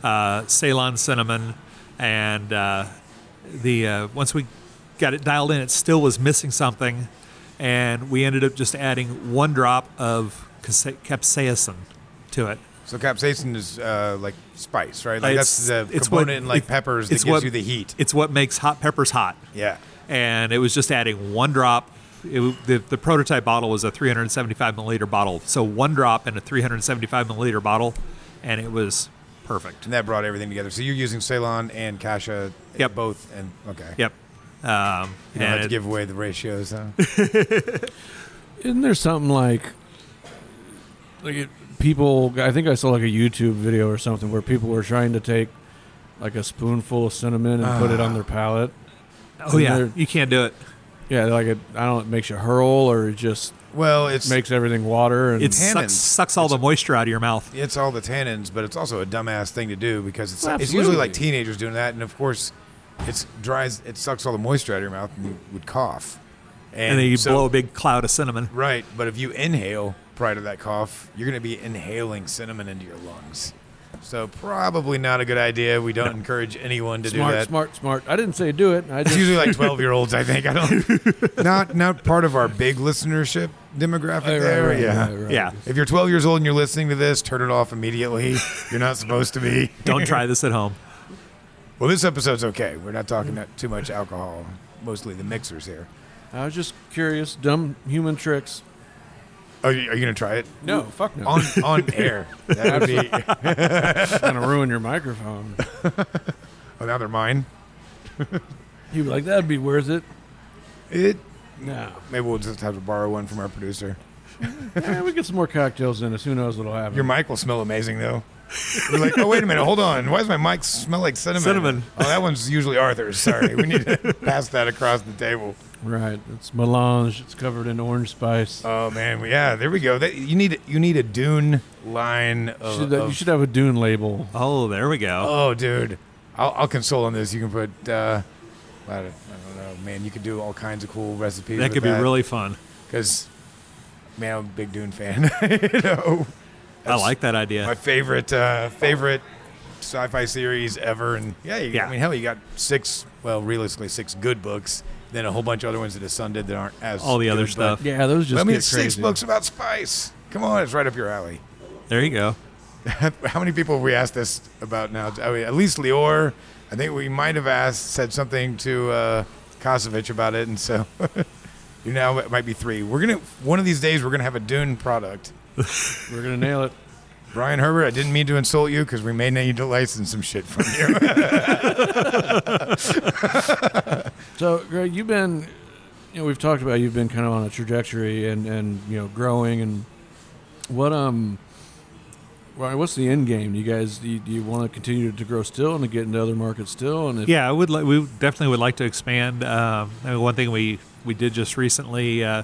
C: Uh, Ceylon cinnamon, and uh, the uh, once we got it dialed in, it still was missing something, and we ended up just adding one drop of capsa- capsaicin to it.
A: So capsaicin is uh, like spice, right? Like
C: It's-
A: that's the
C: it's
A: component
C: what-
A: in like
C: it-
A: peppers that
C: it's
A: gives
C: what-
A: you the heat.
C: It's what makes hot peppers hot.
A: Yeah.
C: And it was just adding one drop. It, w- the, the prototype bottle was a 375 milliliter bottle. So one drop in a 375 milliliter bottle, and it was perfect.
A: And that brought everything together. So you're using Ceylon and Kasha uh,
C: Yep.
A: both and okay.
C: Yep. Um,
A: You don't
C: and
A: have to
C: it-
A: give away the ratios, huh?
B: Isn't there something like like it, people? I think I saw like a YouTube video or something where people were trying to take like a spoonful of cinnamon and put it
A: Ah.
B: on their palate.
C: oh, yeah.
B: there-
C: You can't do it.
B: Yeah, like it. I don't. know, It makes you hurl or it just
A: well, it's
B: makes everything water. And
C: It
A: Tannins.
C: sucks, sucks all the moisture out of your mouth.
A: it's all the tannins, but it's also a dumbass thing to do because it's it's usually
B: Absolutely.
A: like teenagers doing that, and of course, it's dries. It sucks all the moisture out of your mouth, and you would cough.
C: And then you
A: so-
C: blow a big cloud of cinnamon.
A: Right, but if you inhale prior to that cough, you're going to be inhaling cinnamon into your lungs. So probably not a good idea. We don't encourage anyone to do
B: smart,
A: that.
B: smart, smart. I didn't say do it. I
A: It's
B: just
A: usually like 12 year olds, I think. I don't. not not part of our big listenership demographic
B: Right, right,
A: there.
B: right,
A: yeah.
B: right, right.
C: Yeah.
A: If you're 12 years old and you're listening to this, turn it off immediately. You're not supposed to be.
C: Don't try this at home.
A: Well, this episode's okay. We're not talking that too much alcohol, mostly the mixers here.
B: I was just curious. Dumb human tricks.
A: Are you, are you going to try it?
B: No, fuck no.
A: On on air. That would be
B: It's gonna ruin your microphone.
A: another oh, mine.
B: You'd be like, that'd be worth it.
A: It
B: No.
A: Maybe we'll just have to borrow one from our producer.
B: Eh, we get some more cocktails in us. Who knows what'll happen?
A: Your mic will smell amazing, though. We're like, oh wait a minute, hold on. Why does my mic smell like cinnamon?
C: Cinnamon.
A: Oh, that one's usually Arthur's. Sorry, we need to pass that across the table.
B: Right. It's melange. It's covered in orange spice.
A: Oh man, yeah, there we go. That, you need you need a Dune line. Of,
B: should, you
A: of-
B: should have a Dune label.
C: Oh, there we go.
A: oh, dude, I'll, I'll console on this. You can put. Uh, I don't, I don't know, man. You could do all kinds of cool recipes.
C: that
A: with
C: could be really fun.
A: because, man, I'm a big Dune fan. you know,
C: I like that idea.
A: my favorite uh, favorite sci-fi series ever. And yeah, you,
C: Yeah.
A: I mean, hell, you got six. Well, realistically, six good books. Then a whole bunch of other ones that his son did that aren't as
C: All the other
A: good, but-
C: stuff.
B: Yeah, those just
A: I mean,
B: get
A: it's
B: crazy.
A: six books about spice. Come on, it's right up your alley.
C: There you go.
A: How many people have we asked this about now? I mean, at least Lior. I think we might have asked, said something to uh, Kosovich about it, and so you now it might be three. We're gonna one of these days we're gonna have a Dune product.
B: We're gonna nail it.
A: Brian Herbert, I didn't mean to insult you because we may need to license some shit from you.
B: So, Greg, you've been, you know, we've talked about you've been kind of on a trajectory and and you know growing and what um, Ryan, what's the end game? Do you guys do you, do you want to continue to grow still and to get into other markets still? And if,
C: Yeah, I would. Li- we definitely would like to expand. Um, I mean, one thing we we did just recently uh,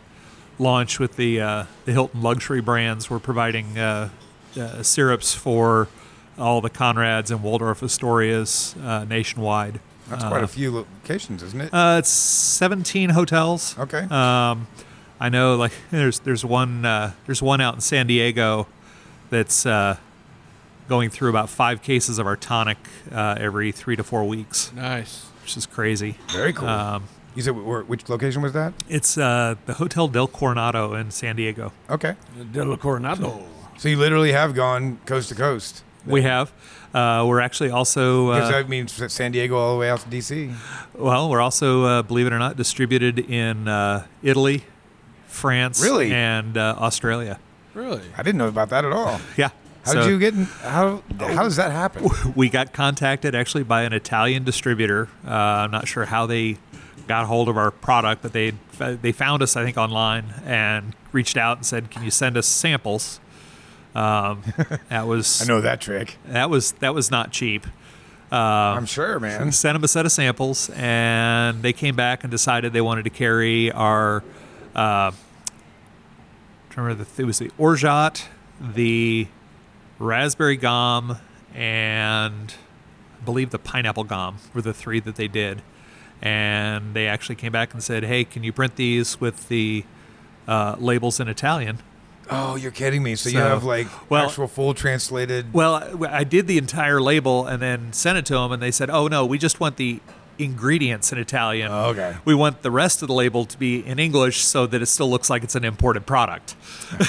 C: launch with the uh, the Hilton luxury brands. We're providing uh, uh, syrups for all the Conrads and Waldorf Astorias uh, nationwide.
A: That's
C: Uh,
A: quite a few locations, isn't it?
C: Uh, it's 17 hotels.
A: Okay.
C: Um, I know, like there's there's one uh, there's one out in San Diego that's uh, going through about five cases of our tonic uh, every three to four weeks,
B: nice.
C: which is crazy.
A: Very cool.
C: Um,
A: you said where, which location was that?
C: it's uh, the Hotel Del Coronado in San Diego.
A: Okay,
B: Del Coronado.
A: so you literally have gone coast to coast.
C: We have. Uh, we're actually also
A: Because
C: uh,
A: that means San Diego all the way out to DC.
C: well. We're also uh, believe it or not distributed in uh, Italy, France,
A: Really?
C: and uh, Australia.
B: Really?
A: I didn't know about that at all.
C: Yeah.
A: How
C: So-
A: did you get? In, how how does that happen?
C: we got contacted actually by an Italian distributor. Uh, I'm not sure how they got hold of our product, but they they found us I think online and reached out and said, "Can you send us samples?" Um, that was
A: I know that trick.
C: that was that was not cheap. Uh,
A: I'm sure, man.
C: Sent them a set of samples, and they came back and decided they wanted to carry our. Uh, trying to remember the it was the orgeat, the raspberry gum, and I believe the pineapple gum were the three that they did, and they actually came back and said, "Hey, can you print these with the uh, labels in Italian?"
A: Oh, you're kidding me. So, you
C: So-
A: have like
C: well-
A: actual full translated.
C: Well, I I did the entire label and then sent it to them, and they said, "Oh no, we just want the ingredients in Italian.
A: Oh, okay.
C: We want the rest of the label to be in English so that it still looks like it's an imported product."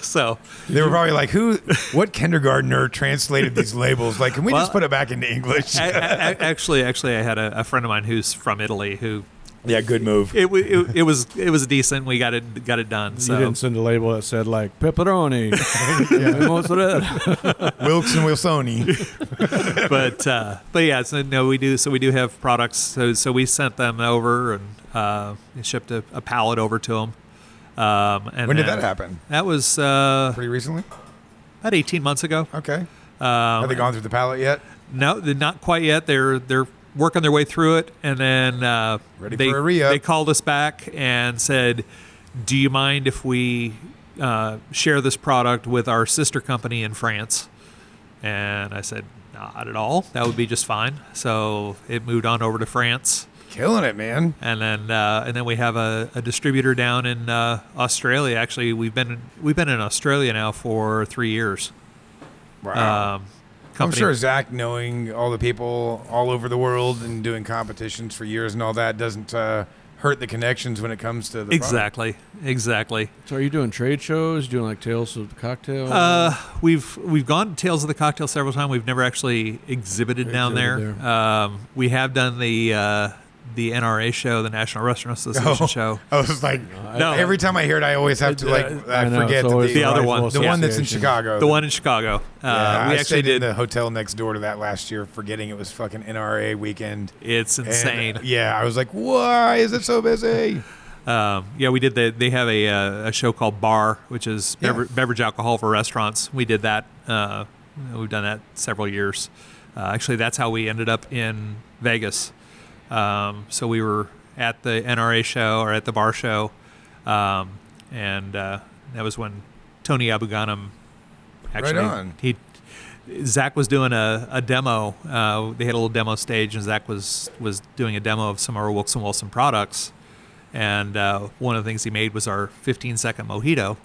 C: so,
A: They were probably like, who? What kindergartner translated these labels? Like, can we just
C: Well-
A: put it back into English?
C: a- a- a- actually, actually, I had a, a friend of mine who's from Italy who
A: yeah, good move.
C: it, wa- it, it was it was decent. We got it got it done. So.
B: You didn't send a label that said like pepperoni, mozzarella.
A: Wilkes and Wilsoni.
C: but uh, but yeah, so no, we do. So we do have products. So so we sent them over and uh, and shipped a, a pallet over to them. Um, and
A: When did
C: then-
A: that happen?
C: That was uh,
A: Pretty recently.
C: about 18 months ago.
A: Okay.
C: Um,
A: have they gone through the palette yet?
C: No, they're not quite yet. They're they're working their way through it, and then uh,
A: Ready
C: they,
A: for a re-up.
C: They called us back and said, "Do you mind if we uh, share this product with our sister company in France?" And I said, "Not at all. That would be just fine." So it moved on over to France,
A: Killing it, man.
C: and then uh, and then we have a, a distributor down in uh, Australia. Actually, we've been we've been in Australia now for three years.
A: Wow.
C: Um,
A: I'm
C: company-
A: sure Zach, knowing all the people all over the world and doing competitions for years and all that, doesn't uh, hurt the connections when it comes to the product.
C: Exactly. Exactly.
B: so are you doing trade shows? Doing like tales of the cocktail?
C: Uh, we've we've gone to Tales of the Cocktail several times. We've never actually exhibited down there.
B: Exhibited
C: Um, we have done the uh, the NRA show, the National Restaurant
A: Oh.
C: Association show.
A: I was like,
C: No. uh,
A: every time I hear it, I always have to like, I,
B: know,
A: forget
B: it's
A: that
B: always
A: the,
C: The other one.
B: Rifle
A: the one that's in
B: Association.
A: Chicago.
C: The one in Chicago. Uh,
A: Yeah, I
C: we actually
A: stayed in
C: did.
A: the hotel next door to that last year, forgetting it was fucking NRA weekend.
C: It's
A: And,
C: insane.
A: uh, yeah, I was like, why is it so busy?
C: Um, yeah, we did. The, they have a, uh, a show called Bar, which is
A: Yeah.
C: bever- beverage alcohol for restaurants. We did that. Uh, we've done that several years. Uh, actually, that's how we ended up in Vegas. Um, so we were at the NRA show or at the bar show, um, and uh, that was when Tony Abuganim actually
A: on.
C: he Zach was doing a, a demo. Uh, they had a little demo stage, and Zach was was doing a demo of some of our Wilson Wilson products. And uh, one of the things he made was our 15 second mojito.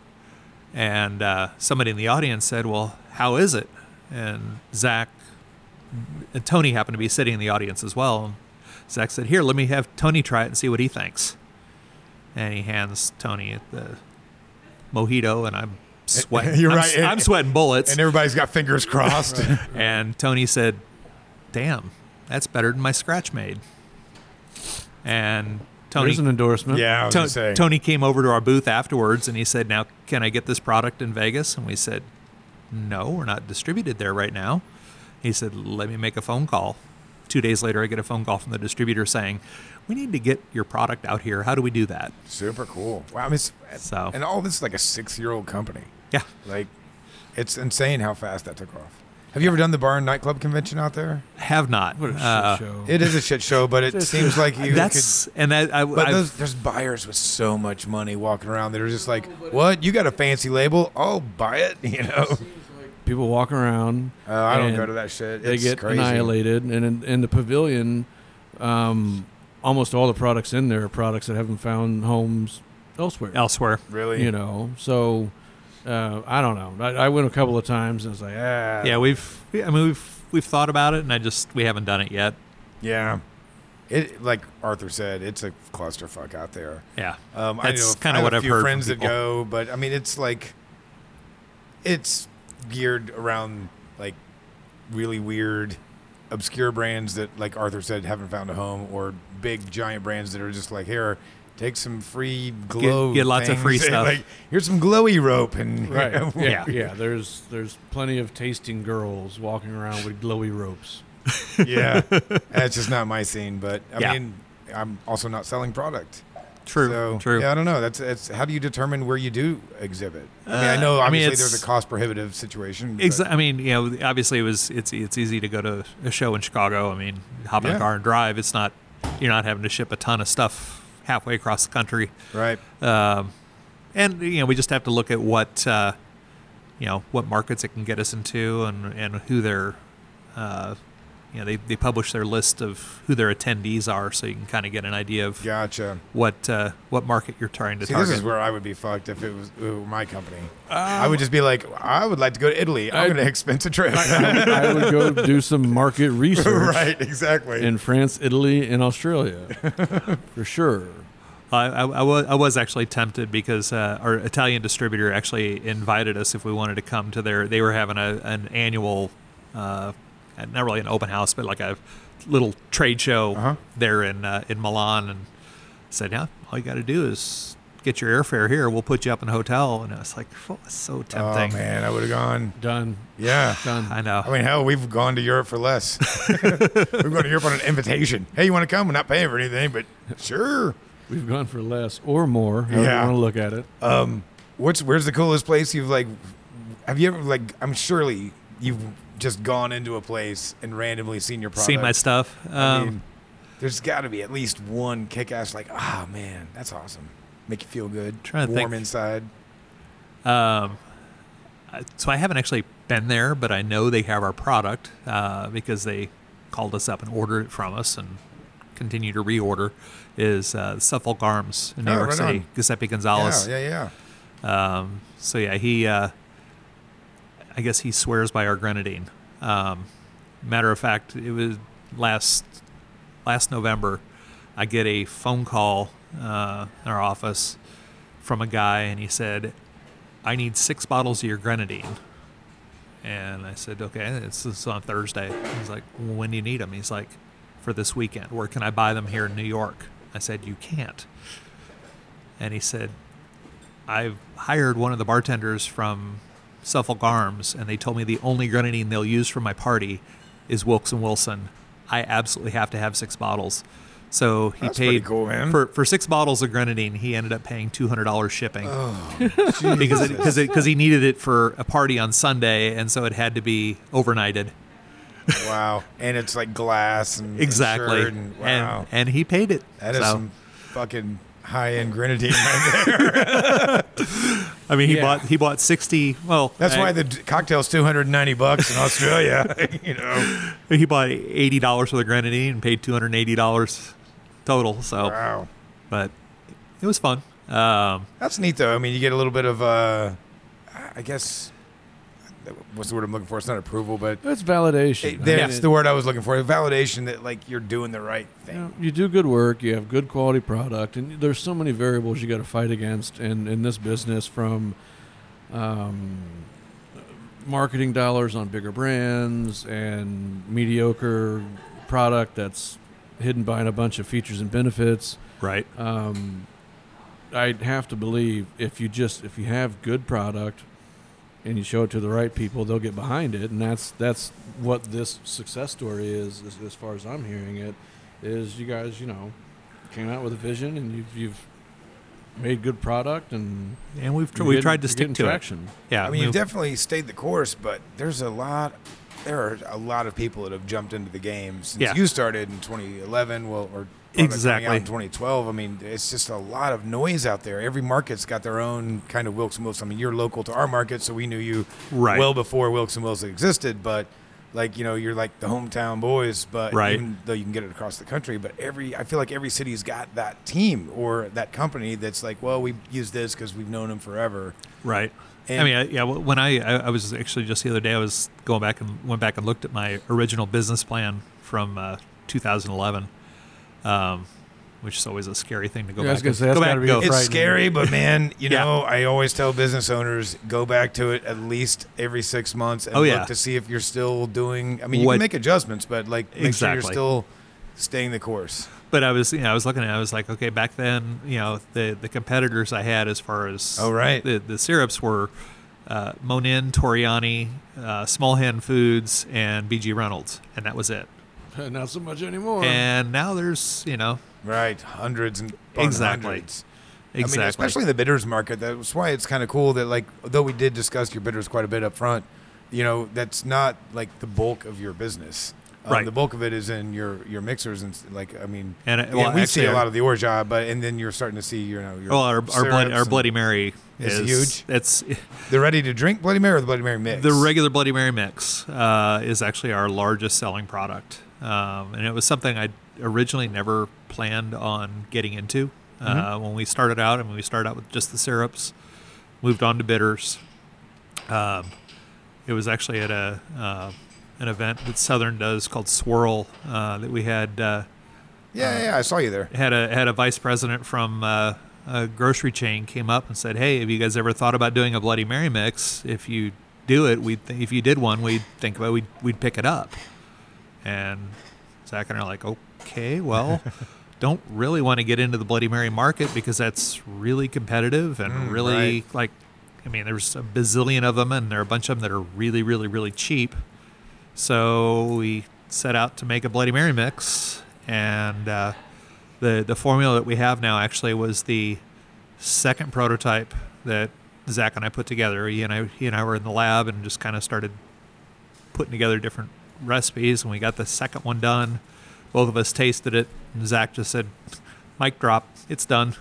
C: And uh, somebody in the audience said, "Well, how is it?" And Zach and Tony happened to be sitting in the audience as well. And Zach said, "Here, let me have Tony try it and see what he thinks." And he hands Tony the mojito, and I'm sweating.
A: You're
C: I'm,
A: right.
C: I'm sweating bullets.
A: And everybody's got fingers crossed.
C: And Tony said, "Damn, that's better than my scratch made." And Tony
B: There's an endorsement.
A: yeah, I was
C: To-
A: gonna say.
C: Tony came over to our booth afterwards and he said, "Now can I get this product in Vegas?" And we said, "No, we're not distributed there right now." He said, "Let me make a phone call." 2 days later I get a phone call from the distributor saying, "We need to get your product out here. How do we do that?"
A: Super cool. Wow, I mean, it's,
B: Oh.
C: So-
A: and all this is like a six-year-old company.
C: Yeah.
A: Like, it's insane how fast that took off. Have you ever done the bar and nightclub convention out there?
C: Have not.
B: What a shit
C: Uh,
B: show.
A: It is a shit show, but it seems like you could.
C: That's and that I,
A: But
C: I've-
A: those, there's buyers with so much money walking around that are just like, "What? You got a fancy label? I'll buy it." You know?
B: People walk around.
A: Uh, I don't
B: and
A: go to that shit.
B: They
A: It's
B: get
A: crazy.
B: annihilated, and in, in the pavilion, um, almost all the products in there are products that haven't found homes elsewhere.
C: elsewhere.
A: Really?
B: You know, so uh, I don't know. I, I went a couple of times and was like, ah.
A: Uh,
C: Yeah, we've. we- I mean, we've we've thought about it, and I just we haven't done it yet.
A: Yeah. It like Arthur said, it's a clusterfuck out there.
C: Yeah,
A: Um, I know
C: That's kinda
A: I have
C: what
A: a
C: I've
A: few
C: heard from
A: friends that
C: people.
A: go, but I mean, it's like it's geared around like really weird, obscure brands that, like Arthur said, haven't found a home, or big giant brands that are just like, here, take some free glow,
C: get lots of
A: things."
C: free stuff.
A: like, here's some glowy rope, and
B: Right.
C: Yeah.
B: Yeah. yeah. There's there's plenty of tasting girls walking around with glowy ropes.
A: yeah, that's just not my scene. But I
C: Yeah.
A: mean, I'm also not selling product.
C: true,
A: So,
C: true.
A: Yeah, I don't know. That's that's how do you determine where you do exhibit? I mean, I
C: Uh,
A: know
C: I
A: obviously
C: mean, it's-
A: there's a cost prohibitive situation. but-
C: Exa- I mean, you know, obviously it was it's it's easy to go to a show in Chicago. I mean, hop in
A: Yeah.
C: a car and drive. It's not you're not having to ship a ton of stuff halfway across the country.
A: Right.
C: Um, and you know, we just have to look at what uh, you know what markets it can get us into, and and who their uh, you know they, they publish their list of who their attendees are, so you can kind of get an idea of
A: Gotcha.
C: what uh, what market you're trying to
A: See,
C: target.
A: this is where I would be fucked if it was, it were my company.
C: Uh,
A: I would just be like, I would like to go to Italy. I'm
B: I-
A: going to expense a trip.
B: I would go do some market research
A: right. Exactly.
B: in France, Italy, and Australia for sure.
C: I, I, I, was, I was actually tempted because uh, our Italian distributor actually invited us if we wanted to come to their. They were having a, an annual, uh, not really an open house, but like a little trade show
A: Uh-huh.
C: there in uh, in Milan, and said, "Yeah, all you got to do is get your airfare here. We'll put you up in a hotel." And I was like, "Oh, that's so
A: oh
C: tempting."
A: man, I would have gone.
B: Done.
A: Yeah.
B: Done.
C: I know.
A: I mean, hell, we've gone to Europe for less. we've gone to Europe on an invitation. Hey, you want to come? We're not paying for anything, but sure.
B: We've gone for less or more. However
A: Yeah.
B: you want to look at it.
A: Um, what's where's the coolest place you've like? Have you ever like? I'm surely you've just gone into a place and randomly seen your product.
C: See my stuff. Um,
A: I mean, there's got to be at least one kick-ass like, ah, man, that's awesome. Make you feel good,
C: Trying to
A: warm
C: think.
A: inside.
C: Um, I- so I haven't actually been there, but I know they have our product uh, because they called us up and ordered it from us and continue to reorder. Is uh, Suffolk Arms in New
A: Oh,
C: York
A: right
C: City?
A: on.
C: Giuseppe Gonzalez.
A: Yeah, yeah, yeah.
C: Um, so yeah, he. Uh, I guess he swears by our grenadine. Um, matter of fact, it was last last November. I get a phone call uh, in our office from a guy, and he said, "I need six bottles of your grenadine." And I said, "Okay, it's, it's on Thursday." He's like, well, "When do you need them?" He's like, "For this weekend. Where can I buy them here in New York?" I said, "You can't." And he said, I've hired one of the bartenders from Suffolk Arms, and they told me the only grenadine they'll use for my party is Wilkes and Wilson. I absolutely have to have six bottles. So he
A: That's pretty
C: paid
A: cool, man.
C: for for six bottles of grenadine. He ended up paying two hundred dollars shipping
A: Oh,
C: because because because he needed it for a party on Sunday, and so it had to be overnighted.
A: wow, and it's like glass and
C: Exactly,
A: insured and wow,
C: and and he paid it.
A: that is
C: So-
A: some fucking high end grenadine right there.
C: I mean, he
B: Yeah.
C: bought he bought sixty. Well,
A: That's
C: I-
A: why the d- cocktail's 290 bucks in Australia, you know.
C: he bought eighty dollars for the grenadine and paid two hundred and eighty dollars total. So,
A: Wow.
C: but it was fun. Um,
A: That's neat though. I mean, you get a little bit of uh I guess what's the word I'm looking for? It's not approval, but
B: It's validation.
A: it-
B: I mean,
A: that's
B: it-
A: the word I was looking for. Validation that like you're doing the right
B: you, know,
A: thing.
B: you do good work. You have good quality product, and there's so many variables you got to fight against in in this business from. Um, marketing dollars on bigger brands and mediocre product that's hidden behind a bunch of features and benefits
C: right.
B: um, I'd have to believe if you just if you have good product and you show it to the right people, they'll get behind it, and that's that's what this success story is, as, as far as I'm hearing it, is you guys you know came out with a vision and you've you've made good product and
C: And we've tr-
B: you're
C: we've
B: getting-
C: tried to
B: you're
C: stick
B: getting
C: to
B: traction.
C: it. Yeah.
A: I mean, you've
C: we've-
A: definitely stayed the course, but there's a lot there are a lot of people that have jumped into the game since
C: Yeah.
A: you started in 2011, well or product coming out
C: Exactly.
A: in 2012. I mean, it's just a lot of noise out there. Every market's got their own kind of Wilkes and Wilson. I mean, you're local to our market, so we knew you
C: Right.
A: well before Wilkes and Wilson existed, but like you know, you're like the hometown boys, but
C: Right.
A: even though you can get it across the country, but every I feel like every city's got that team or that company that's like, well, we use this because we've known them forever.
C: Right. I
A: And-
C: mean, I, yeah. wh- When I, I I was actually just the other day, I was going back and went back and looked at my original business plan from uh, 2011, um, which is always a scary thing to go
B: Yeah, I was
C: back.
B: gonna
C: and-
B: say, that's
C: go back
B: gotta
C: and
B: be
C: go.
B: the
A: It's
B: frightening.
A: scary, but man, you
C: Yeah.
A: know, I always tell business owners go back to it at least every six months and
C: Oh, yeah.
A: look to see if you're still doing. I mean, you
C: What-
A: can make adjustments, but like make sure
C: Exactly.
A: you're still staying the course.
C: But I was, you know, I was looking at, it, I was like, okay, back then, you know, the the competitors I had as far as
A: Oh, right.
C: the the syrups were uh, Monin, Toriani, uh, Small Hand Foods, and BG Reynolds, and that was it.
B: Not so much anymore.
C: And now there's, you know,
A: Right, hundreds and upon
C: Exactly.
A: Hundreds. I mean,
C: exactly,
A: especially in the bidders market. That's why it's kind of cool that, like, though we did discuss your bidders quite a bit up front, you know, that's not like the bulk of your business. Um,
C: Right.
A: The bulk of it is in your your mixers and s- like I mean,
C: And, uh,
A: yeah,
C: well,
A: we see
C: actually,
A: a
C: our-
A: lot of the ore job, but and then you're starting to see you know your
C: well, Oh, our our, blood,
A: syrups
C: our
A: and
C: Bloody Mary
A: It's
C: is
A: huge.
C: It's
A: the ready to drink Bloody Mary or the Bloody Mary mix.
C: The regular Bloody Mary mix uh, is actually our largest selling product, um, and it was something I originally never planned on getting into. Uh, when we started out, and when we started out with just the syrups, moved on to bitters. Um, it was actually at a uh, an event that Southern does called Swirl uh, that we had uh,
A: yeah, yeah, I saw you there.
C: had a had a vice president from uh, a grocery chain came up and said, "Hey, have you guys ever thought about doing a Bloody Mary mix? If you do it, we th- if you did one, we'd think about we'd we'd pick it up." And Zach and I are like, "Okay, well." Don't really want to get into the Bloody Mary market because that's really competitive and
A: Mm,
C: really
A: right.
C: like, I mean, there's a bazillion of them and there are a bunch of them that are really, really, really cheap. So we set out to make a Bloody Mary mix, and uh, the the formula that we have now actually was the second prototype that Zach and I put together. He and I he and I were in the lab and just kind of started putting together different recipes, and we got the second one done. Both of us tasted it. And Zach just said, "Mic drop, it's done,"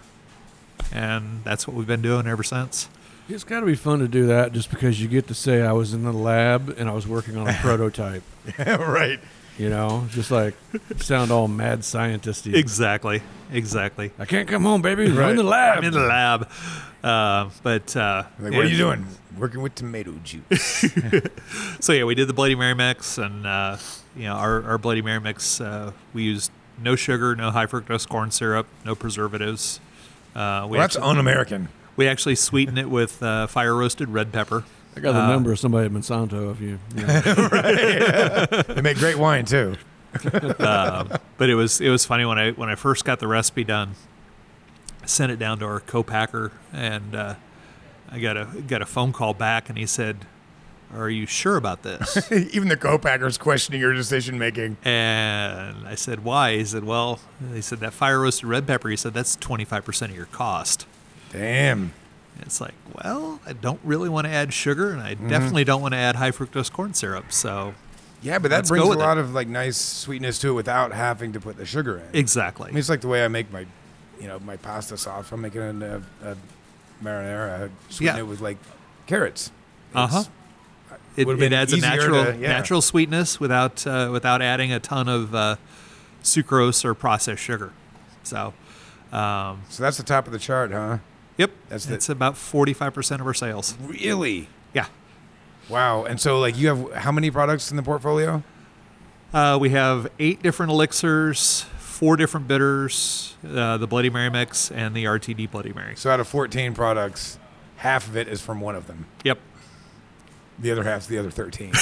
C: and that's what we've been doing ever since.
B: It's got to be fun to do that, just because you get to say I was in the lab and I was working on a prototype.
A: right.
B: You know, just like sound all mad scientisty.
C: Exactly, exactly.
B: I can't come home, baby. We're in
A: Right.
B: the lab.
C: I'm in the lab. Uh, but uh,
A: Like, what are you
C: yeah.
A: doing? Working with tomato juice.
C: So yeah, we did the Bloody Mary mix, and uh, you know our, our Bloody Mary mix. Uh, we used no sugar, no high fructose corn syrup, no preservatives. Uh, we,
A: Well, that's
C: actually,
A: un-American.
C: we actually sweeten it with uh, fire roasted red pepper.
B: I got the
C: Uh,
B: number of somebody at Monsanto. If you, you know.
A: They make great wine too.
C: um, but it was it was funny when I when I first got the recipe done, I sent it down to our co-packer, and uh, I got a got a phone call back, and he said, "Are you sure about this?"
A: Even the co-packers questioning your decision making.
C: And I said, why? He said, well, he said that fire roasted red pepper. He said that's twenty five percent of your cost.
A: Damn.
C: And It's like, well, I don't really want to add sugar, and I definitely don't want to add high fructose corn syrup. So
A: Yeah, but that
C: Let's
A: brings
C: go
A: a
C: with it.
A: lot of like nice sweetness to it without having to put the sugar in.
C: exactly,
A: I mean, it's like the way I make my you know, my pasta sauce. I'm making a, a, a marinara.
C: Yeah.
A: Yeah. It with like carrots.
C: Uh huh.
A: It's-
C: It,
A: Uh-huh. would've
C: it
A: been
C: adds a
A: easier
C: natural
A: to- yeah.
C: natural sweetness without uh, without adding a ton of uh, sucrose or processed sugar. So, um,
A: So that's the top of the chart, huh?
C: yep,
A: That's the-
C: that's about forty five percent of our sales.
A: Really?
C: Yeah,
A: Wow. And so, like, you have how many products in the portfolio?
C: uh, we have eight different elixirs, four different bitters, uh, the Bloody Mary mix, and the RTD Bloody Mary.
A: So, out of 14 products, half of it is from one of them.
C: Yep,
A: The other half's the other 13.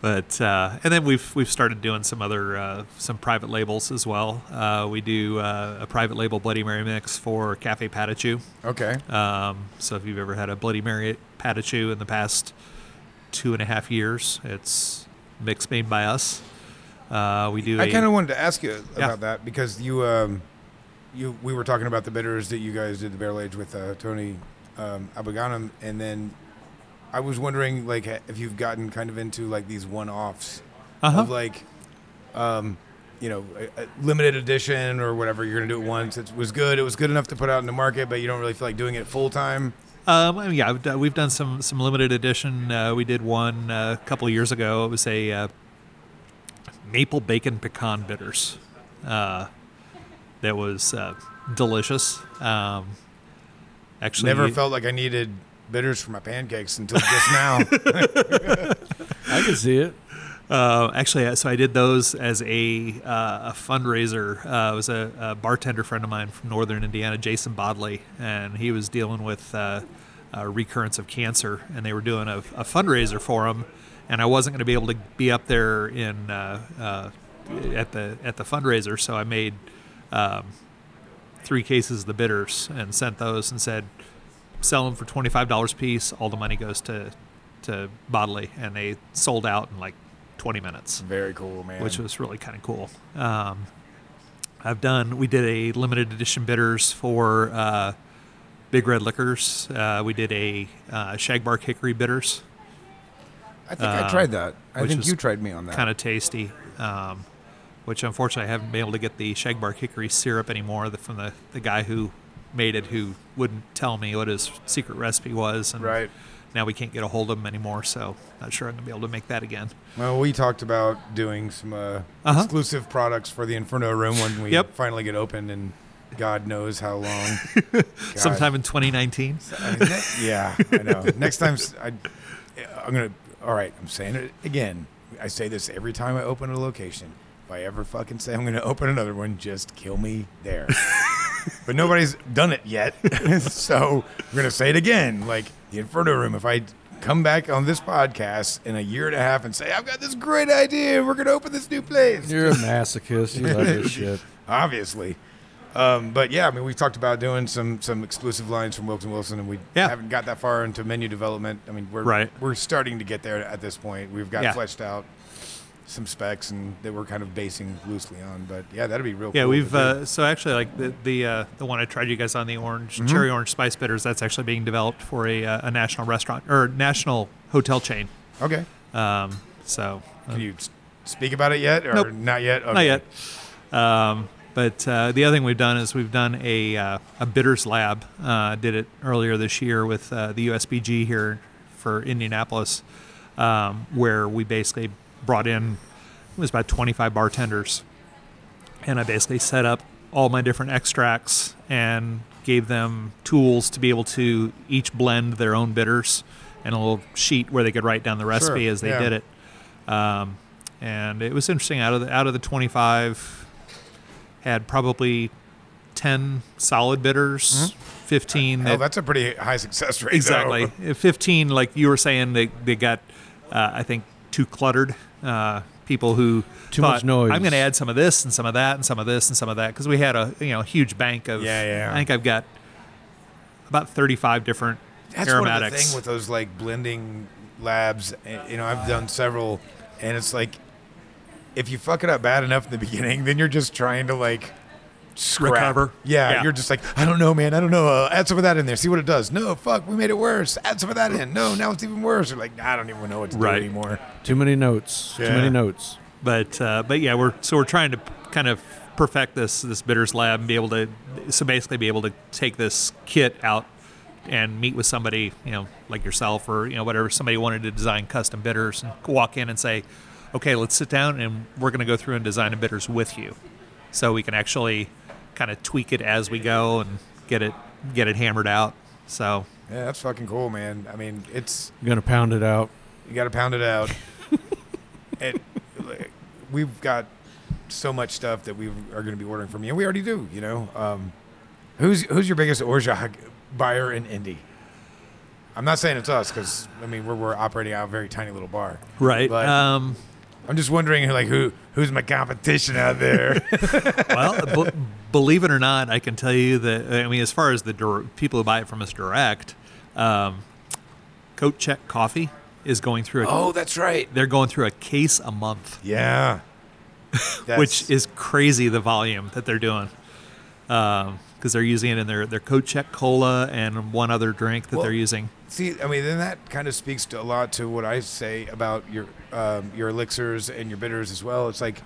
C: but uh, and then we've we've started doing some other uh, some private labels as well. Uh, we do uh, a private label Bloody Mary mix for Cafe Patachou.
A: okay.
C: Um, so if you've ever had a Bloody Mary at Patachou in the past two and a half years, it's mixed made by us. Uh, we do.
A: I
C: a-
A: kind of wanted to ask you
C: Yeah.
A: about that because you, um, you, we were talking about the bitters that you guys did the barrel age with uh, Tony um, Abaganum, and then I was wondering, like, ha- if you've gotten kind of into like these one-offs
C: Uh-huh.
A: of like, um, you know, a, a limited edition or whatever. You're gonna do it once. It was good. It was good enough to put out in the market, but you don't really feel like doing it full time.
C: Um, I mean, yeah, I've d- we've done some some limited edition. Uh, we did one uh, a couple of years ago. It was a uh, maple bacon pecan bitters. Uh, that was uh, delicious. Um, actually,
A: Never felt like I needed bitters for my pancakes until just now.
B: I can see it.
C: Uh, actually, uh, so I did those as a, uh, a fundraiser. Uh, it was a, a bartender friend of mine from northern Indiana, Jason Bodley, and he was dealing with uh, a recurrence of cancer, and they were doing a, a fundraiser for him. And I wasn't going to be able to be up there in uh, uh, at the at the fundraiser, so I made um, three cases of the bitters and sent those and said, sell them for twenty five dollars a piece. All the money goes to to Bodley, and they sold out in like twenty minutes,
A: Very cool, man.
C: which was really kind of cool. Um, I've done. We did a limited edition bitters for uh, Big Red Liquors. Uh, we did a uh, Shagbark Hickory bitters,
A: I think I tried that. I
C: which
A: think
C: was
A: you tried me on that.
C: kind of tasty. Um, which unfortunately I haven't been able to get the Shagbark Hickory syrup anymore the, from the, the guy who made it, who wouldn't tell me what his secret recipe was, and
A: right.
C: now we can't get a hold of them anymore, so not sure I'm gonna be able to make that again.
A: Well, we talked about doing some uh,
C: Uh-huh.
A: exclusive products for the Inferno Room when we
C: Yep.
A: finally get open, and God knows how long. God.
C: Sometime in 2019.
A: I mean, that- yeah, I know. Next time, s- I, am gonna. All right, I'm saying it again. I say this every time I open a location. If I ever fucking say I'm gonna open another one, just kill me there. but nobody's done it yet, so we're gonna say it again. Like the Inferno Room. If I come back on this podcast in a year and a half and say I've got this great idea, we're gonna open this new place
B: You're a masochist. You love this shit.
A: obviously. Um, but yeah, I mean, we've talked about doing some some exclusive lines from Wilson Wilson, and we
C: Yeah.
A: haven't got that far into menu development. I mean, we're
C: Right.
A: we're starting to get there at this point. We've got
C: Yeah.
A: fleshed out some specs, and that we're kind of basing loosely on. But yeah, that'd be real.
C: Yeah,
A: cool to
C: we've
A: do.
C: uh, so actually like the the uh, the one I tried you guys on the orange
A: Mm-hmm.
C: cherry orange spice bitters. That's actually being developed for a, uh, a national restaurant or national hotel chain.
A: okay.
C: Um, so uh,
A: Can you s- speak about it yet, or
C: Nope.
A: not yet?
C: not
A: Okay.
C: yet. Um, but uh, the other thing we've done is we've done a uh, a bitters lab. Uh, did it earlier this year with uh, the USBG here for Indianapolis, um, where we basically brought in it was about 25 bartenders, and I basically set up all my different extracts and gave them tools to be able to each blend their own bitters and a little sheet where they could write down the recipe as they
A: yeah.
C: did it. Um, and it was interesting. Out of the out of the twenty five, had probably ten solid bidders, fifteen
A: Oh,
C: that
A: that's a pretty high success rate. though.
C: exactly fifteen. Like you were saying, they they got uh, I think too cluttered. Uh, people who
B: Too much
C: thought,
B: noise.
C: I'm going to add some of this and some of that and some of this and some of that because we had a you know huge bank of
A: Yeah, yeah.
C: I think I've got about thirty five different
A: That's
C: aromatics.
A: one of the thing with those like blending labs. and, You know, I've done several, and it's like if you fuck it up bad enough in the beginning, then you're just trying to like scrap.
C: Recover.
A: Yeah,
C: Yeah.
A: you're just like, I don't know, man, I don't know. Uh, add some of that in there, see what it does. No, fuck, we made it worse. Add some of that in. No, now it's even worse. You're like, I don't even know what to
C: Right.
A: do anymore.
B: Too many notes. Too
A: Yeah.
B: many notes.
C: but uh, but yeah, we're so we're trying to kind of perfect this this bitters lab and be able to so basically be able to take this kit out and meet with somebody you know like yourself or you know whatever somebody wanted to design custom bitters and walk in and say okay let's sit down and we're going to go through and design the bitters with you so we can actually kind of tweak it as we go and get it get it hammered out so
A: Yeah, that's fucking cool, man. I mean, it's
B: You're gonna pound it out.
A: you got to pound it out. it, like, we've got so much stuff that we are going to be ordering from you. and We already do, you know. Um, who's who's your biggest Orgeat buyer in Indy? I'm not saying it's us because I mean we're, we're operating out of a very tiny little bar,
C: right
A: But
C: um
A: I'm just wondering like who who's my competition out there.
C: well, b- believe it or not, I can tell you that I mean, as far as the dir- people who buy it from us direct, um, Coat Check Coffee is going through. A,
A: oh, that's right.
C: They're going through a case a month,
A: Yeah,
C: which is crazy. The volume that they're doing. Um, because they're using it in their, their Coat Check cola and one other drink that
A: Well-
C: they're using.
A: See, I mean, then that kind of speaks to a lot to what I say about your um, your elixirs and your bitters as well. It's like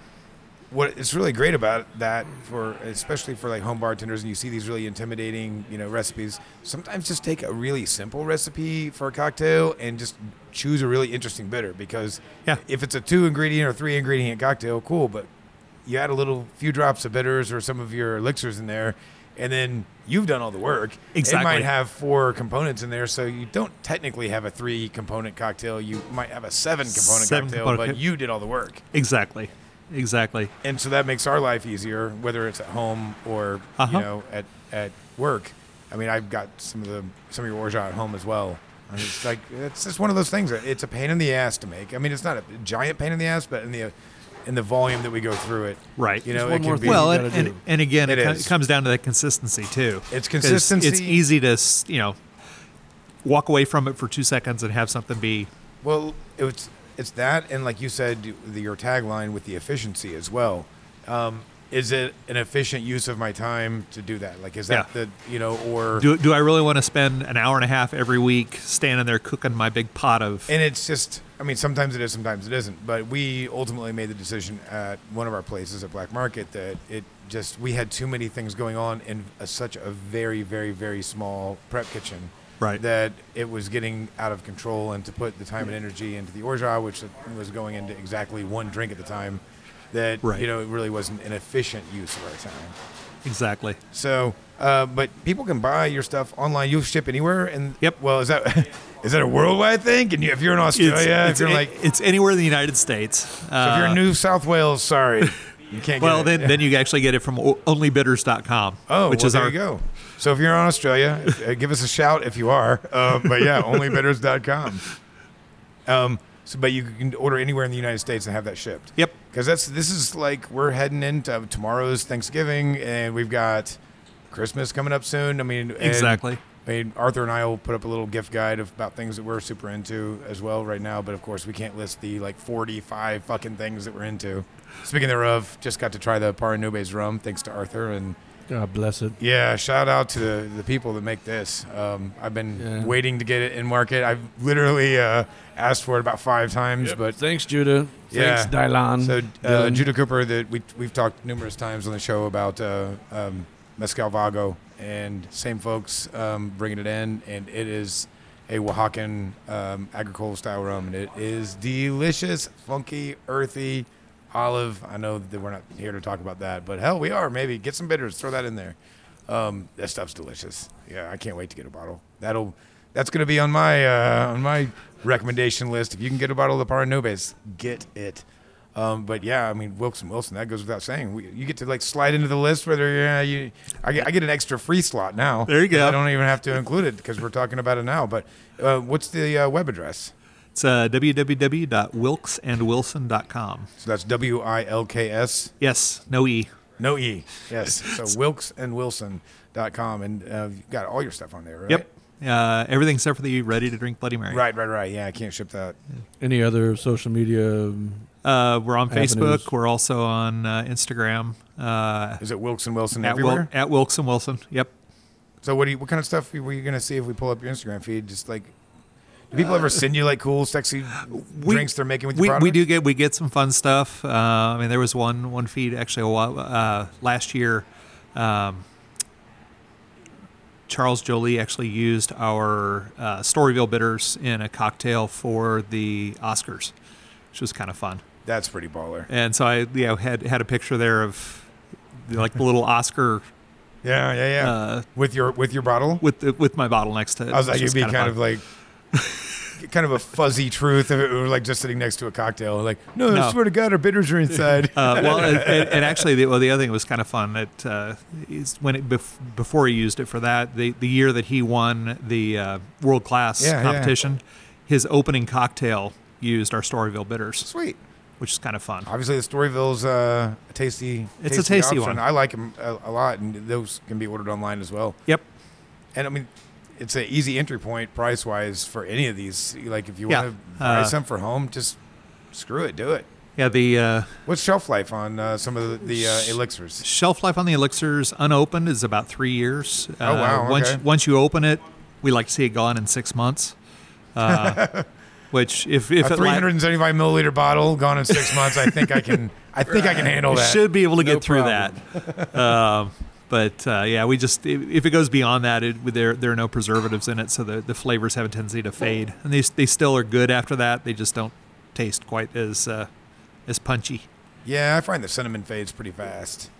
A: what it's really great about that for especially for like home bartenders and you see these really intimidating you know recipes. Sometimes just take a really simple recipe for a cocktail and just choose a really interesting bitter because
C: Yeah.
A: if it's a two ingredient or three ingredient cocktail, cool. But you add a little few drops of bitters or some of your elixirs in there, and then you've done all the work. It might
C: Exactly.
A: have have four components in there, so you don't technically have a three component cocktail. You might have a seven component
C: Seven
A: cocktail,
C: component
A: but
C: co-
A: you did all the work.
C: Exactly, exactly.
A: And so that makes our life easier, whether it's at home or
C: Uh-huh.
A: you know at at work. I mean, I've got some of the some of your orgeat at home as well. And it's like it's just one of those things. that It's a pain in the ass to make. I mean, it's not a giant pain in the ass, but in the in the volume that we go through it,
C: Right.
A: You
C: It's
A: know, it
B: one more
A: can be
B: thing.
C: well,
B: you
C: and,
B: gotta
C: and,
B: do.
C: and again, it,
A: It
C: co-
A: is.
C: it comes down to that consistency too.
A: It's
C: 'Cause It's
A: consistency.
C: easy to s- you know walk away from it for two seconds and have something be
A: Well, it's it's that, and like you said, the, your tagline with the efficiency as well. Um, is it an efficient use of my time to do that? Like, is that
C: Yeah.
A: the you know, or
C: do, do I really want to spend an hour and a half every week standing there cooking my big pot of
A: and it's just, I mean, sometimes it is, sometimes it isn't. But we ultimately made the decision at one of our places at Black Market that it just we had too many things going on in a, such a very, very, very small prep kitchen.
C: Right.
A: That it was getting out of control, and to put the time and energy into the orgeat, which was going into exactly one drink at the time, that
C: Right.
A: you know it really wasn't an efficient use of our time.
C: exactly
A: So, uh, but people can buy your stuff online. You ship anywhere, and
C: Yep.
A: Well, is that is that a worldwide thing? And you, if you're in Australia, Oh, if you're
C: a-
A: like,
C: it's anywhere in the United States.
A: if you're
C: Uh,
A: in New South Wales, sorry, you can't.
C: well,
A: get it.
C: then, then you actually get it from o- onlybidders.com.
A: oh,
C: which
A: well,
C: is
A: there
C: our
A: you go. So if you're in Australia, if- uh, give us a shout if you are. Uh, but yeah, onlybidders.com. Um, so, but you can order anywhere in the United States and have that shipped.
C: Yep.
A: because that's this is like we're heading into tomorrow's Thanksgiving, and we've got Christmas coming up soon. I mean, and-
C: Exactly.
A: I mean, Arthur and I will put up a little gift guide of, about things that we're super into as well right now. But of course, we can't list the like forty-five fucking things that we're into. Speaking thereof, just got to try the Paranubes rum, thanks to Arthur, and
B: God bless it.
A: yeah, shout out to the, the people that make this. Um, I've been
B: Yeah.
A: waiting to get it in market. I've literally uh, asked for it about five times, but
B: Thanks, Judah.
A: Yeah.
B: Thanks, Dylan.
A: so uh,
B: Dylan.
A: Judah Cooper, that we we've talked numerous times on the show about uh, um, mezcal vago, and same folks um, bringing it in, and it is a Oaxacan um, agricultural style rum, and it is delicious, funky, earthy, olive. I know that we're not here to talk about that, but hell, we are. Maybe get some bitters, throw that in there. Um, that stuff's delicious. Yeah, I can't wait to get a bottle. That'll that's going to be on my uh, on my recommendation list. If you can get a bottle of the Paranobes, get it. Um, but yeah, I mean Wilson Wilson, that goes without saying. We, you get to like slide into the list whether yeah you, I get, I get an extra free slot now.
C: There you go.
A: I don't even have to include it because we're talking about it now. But uh, what's the uh, web address?
C: It's uh, www.wilksandwilson.com.
A: So that's W I L K S
C: Yes, no e.
A: No E. Yes. So wilksandwilson.com. And uh, you've got all your stuff on there, right?
C: Yep. Uh, everything except for the ready to drink Bloody Mary.
A: Right, right, right. Yeah, I can't ship that.
B: Any other social media? um,
C: Uh, we're on
B: Avenues.
C: Facebook. We're also on uh, Instagram. Uh,
A: Is it Wilkson Wilson
C: at,
A: everywhere?
C: Wil- at Wilkes and Wilson. Yep.
A: so what do you, what kind of stuff were you going to see if we pull up your Instagram feed? Just like Do people ever send you like cool, sexy drinks they're making with your
C: we,
A: product?
C: we do get we get some fun stuff. Uh, I mean, there was one one feed actually a while, uh, last year. Um, Charles Jolie actually used our uh, Storyville bitters in a cocktail for the Oscars, which was kind of fun.
A: That's pretty baller.
C: And so I you know, had had a picture there of like the little Oscar
A: Yeah, yeah, yeah.
C: uh,
A: with your with your bottle,
C: with the, with my bottle next to it.
A: I was
C: which
A: like, it'd be kind,
C: kinda fun.
A: of like. Kind of a fuzzy truth if it were like just sitting next to a cocktail. Like, no, I
C: No.
A: swear to God, our bitters are inside.
C: uh, well, and, and, and actually, the, well, the other thing that was kind of fun that uh, is when it bef- before he used it for that the the year that he won the uh, world class
A: Yeah, yeah.
C: competition, his opening cocktail used our Storyville bitters,
A: Sweet.
C: which is kind of fun.
A: Obviously, the Storyville's uh, a tasty.
C: It's a tasty
A: option.
C: one.
A: I like them a, a lot, and those can be ordered online as well.
C: Yep.
A: And I mean, it's an easy entry point price wise for any of these. Like, if you
C: Yeah.
A: want to buy
C: Uh,
A: some for home, just screw it, do it.
C: Yeah. The uh,
A: What's shelf life on uh, some of the, the uh, elixirs?
C: shelf life on the elixirs unopened is about three years. Uh,
A: Oh, wow,
C: Once
A: okay.
C: once you open it, we like to see it gone in six months. Uh, which if if
A: A
C: it la-
A: 375 milliliter bottle gone in six months. I think I can. I think I can handle
C: We
A: that.
C: should be able to
B: No
C: get through
B: problem.
C: that. um, but uh, yeah, we just if, if it goes beyond that, it, there there are no preservatives in it, so the, the flavors have a tendency to fade, and they they still are good after that. They just don't taste quite as uh, as punchy.
A: Yeah, I find the cinnamon fades pretty fast.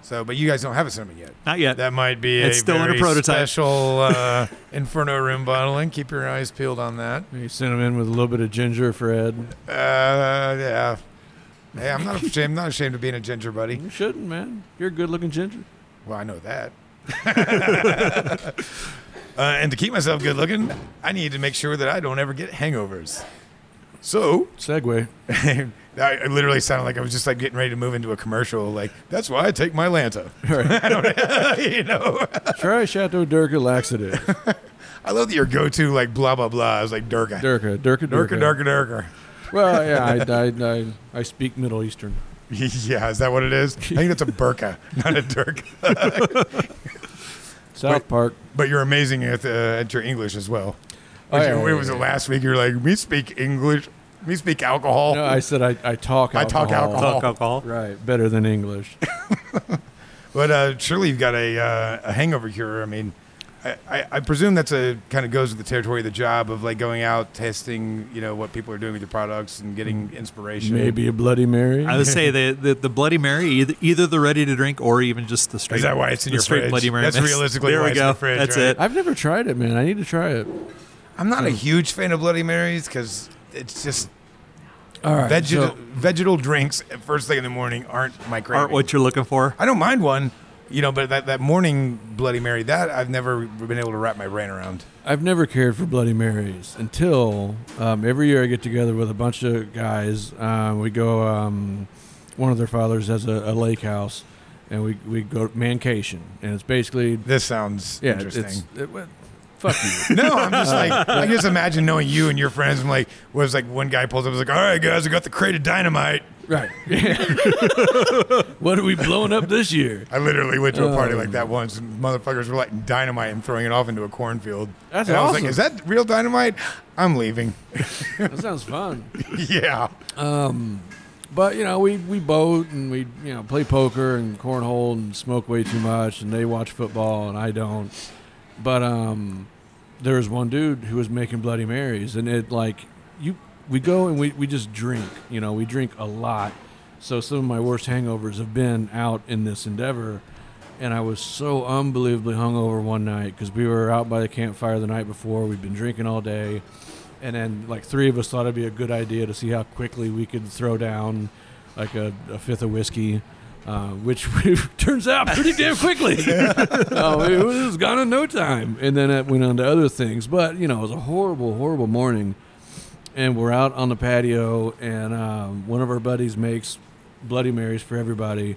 A: So, but you guys don't have a cinnamon yet.
C: Not yet.
A: That might be
C: It's
A: a
C: still in a
A: very
C: prototype.
A: special uh, Inferno room bottling. Keep your eyes peeled on that.
B: Maybe cinnamon with a little bit of ginger for Ed.
A: Uh, yeah. Hey, I'm not ashamed. not ashamed of being a ginger buddy.
B: You shouldn't, man. You're a good looking ginger.
A: Well, I know that. uh, and to keep myself good looking, I need to make sure that I don't ever get hangovers. So
B: Segway.
A: I, I literally sounded like I was just like getting ready to move into a commercial. Like that's why I take my Lanta. I don't, you know.
B: Try Chateau Durga laxative.
A: I love that your go-to like blah blah blah is like Durga.
B: Durga,
A: Durga,
B: Durga, Durga.
A: Durga, Durga.
B: Well, yeah, I, I, I, I speak Middle Eastern.
A: yeah, is that what it is? I think that's a burka, not a Durga.
B: South
A: Wait.
B: Park.
A: But you're amazing at, uh, at your English as well.
B: Oh, yeah,
A: Which-
B: yeah,
A: it was
B: yeah,
A: the
B: yeah.
A: last week. You're like, we speak English, we speak alcohol.
B: No, I said I, I talk
A: I
B: alcohol.
A: talk alcohol.
C: Talk alcohol.
B: Right, better than English.
A: but uh, surely you've got a, uh, a hangover cure. I mean, I, I, I presume that's a kind of goes with the territory of the job of like going out testing, you know, what people are doing with your products and getting inspiration.
B: Maybe a Bloody Mary.
C: I would say the, the, the Bloody Mary, either, either the ready to drink or even just the straight.
A: Is that why it's in
C: the
A: your
C: straight
A: fridge?
C: Bloody Mary
A: That's
C: mix.
A: realistically
C: there
A: why
C: we
A: it's
C: go.
A: in the fridge,
C: That's
A: right?
C: it.
B: I've never tried it, man. I need to try it.
A: I'm not a huge fan of Bloody Marys because it's just
B: All right.
A: vegetal
B: so-
A: vegetal drinks at first thing in the morning aren't my craving.
C: Aren't what you're looking for?
A: I don't mind one, you know, but that, that morning Bloody Mary, that I've never been able to wrap my brain around.
B: I've never cared for Bloody Marys until um, every year I get together with a bunch of guys. Um, we go. Um, one of their fathers has a, a lake house, and we we go mancation, and it's basically
A: This sounds
B: yeah, it's
A: interesting.
B: it, well, fuck you.
A: no, I'm just like I just imagine knowing you and your friends. I'm like, was like one guy pulls up, was like, "All right, guys, I got the crate of dynamite."
B: Right. what are we blowing up this year?
A: I literally went to a party
B: Oh.
A: like that once, and motherfuckers were lighting dynamite and throwing it off into a cornfield.
B: That's
A: and I was
B: awesome.
A: like, "Is that real dynamite?" I'm leaving.
B: That sounds fun.
A: yeah,
B: Um, but you know, we we boat and we you know play poker and cornhole and smoke way too much, and they watch football and I don't. But um, there was one dude who was making Bloody Marys, and it like you we go and we we just drink. You know, we drink a lot. So some of my worst hangovers have been out in this endeavor. And I was so unbelievably hungover one night because we were out by the campfire the night before. We'd been drinking all day and then like three of us thought it'd be a good idea to see how quickly we could throw down like a, a fifth of whiskey, uh, which turns out pretty damn quickly. Oh, it was gone in no time, and then it went on to other things. But you know, it was a horrible, horrible morning, and we're out on the patio, and um, one of our buddies makes Bloody Marys for everybody,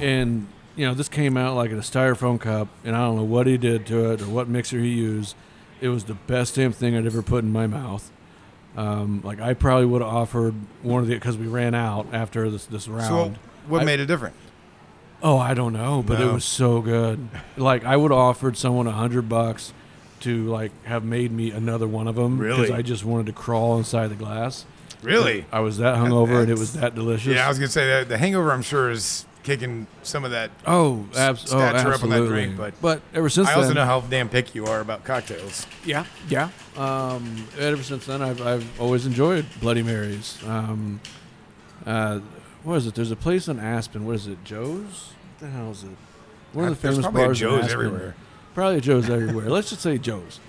B: and you know this came out like in a styrofoam cup, and I don't know what he did to it or what mixer he used. It was the best damn thing I'd ever put in my mouth. Um, like I probably would have offered one of the because we ran out after this this round.
A: So what
B: I-
A: made it different?
B: Oh, I don't know, but
A: No.
B: it was so good. Like I would have offered someone a hundred bucks to like have made me another one of them
A: Really?
B: I just wanted to crawl inside the glass.
A: Really?
B: I was that hungover and it was that delicious.
A: Yeah, I was gonna say that the hangover, I'm sure, is kicking some of that.
B: oh, abs- oh,
A: stature
B: absolutely.
A: up on that drink, but-
B: ever since
A: I also
B: then,
A: know how damn picky you are about cocktails.
B: yeah, yeah. Um, ever since then, I've I've always enjoyed Bloody Marys. Um, uh, what is it? There's a place in Aspen. What is it? Joe's? What the hell is it? One of the
A: Uh, There's
B: famous
A: probably a
B: bars. in
A: Joe's
B: Aspen.
A: everywhere.
B: Probably a Joe's everywhere. Let's just say Joe's.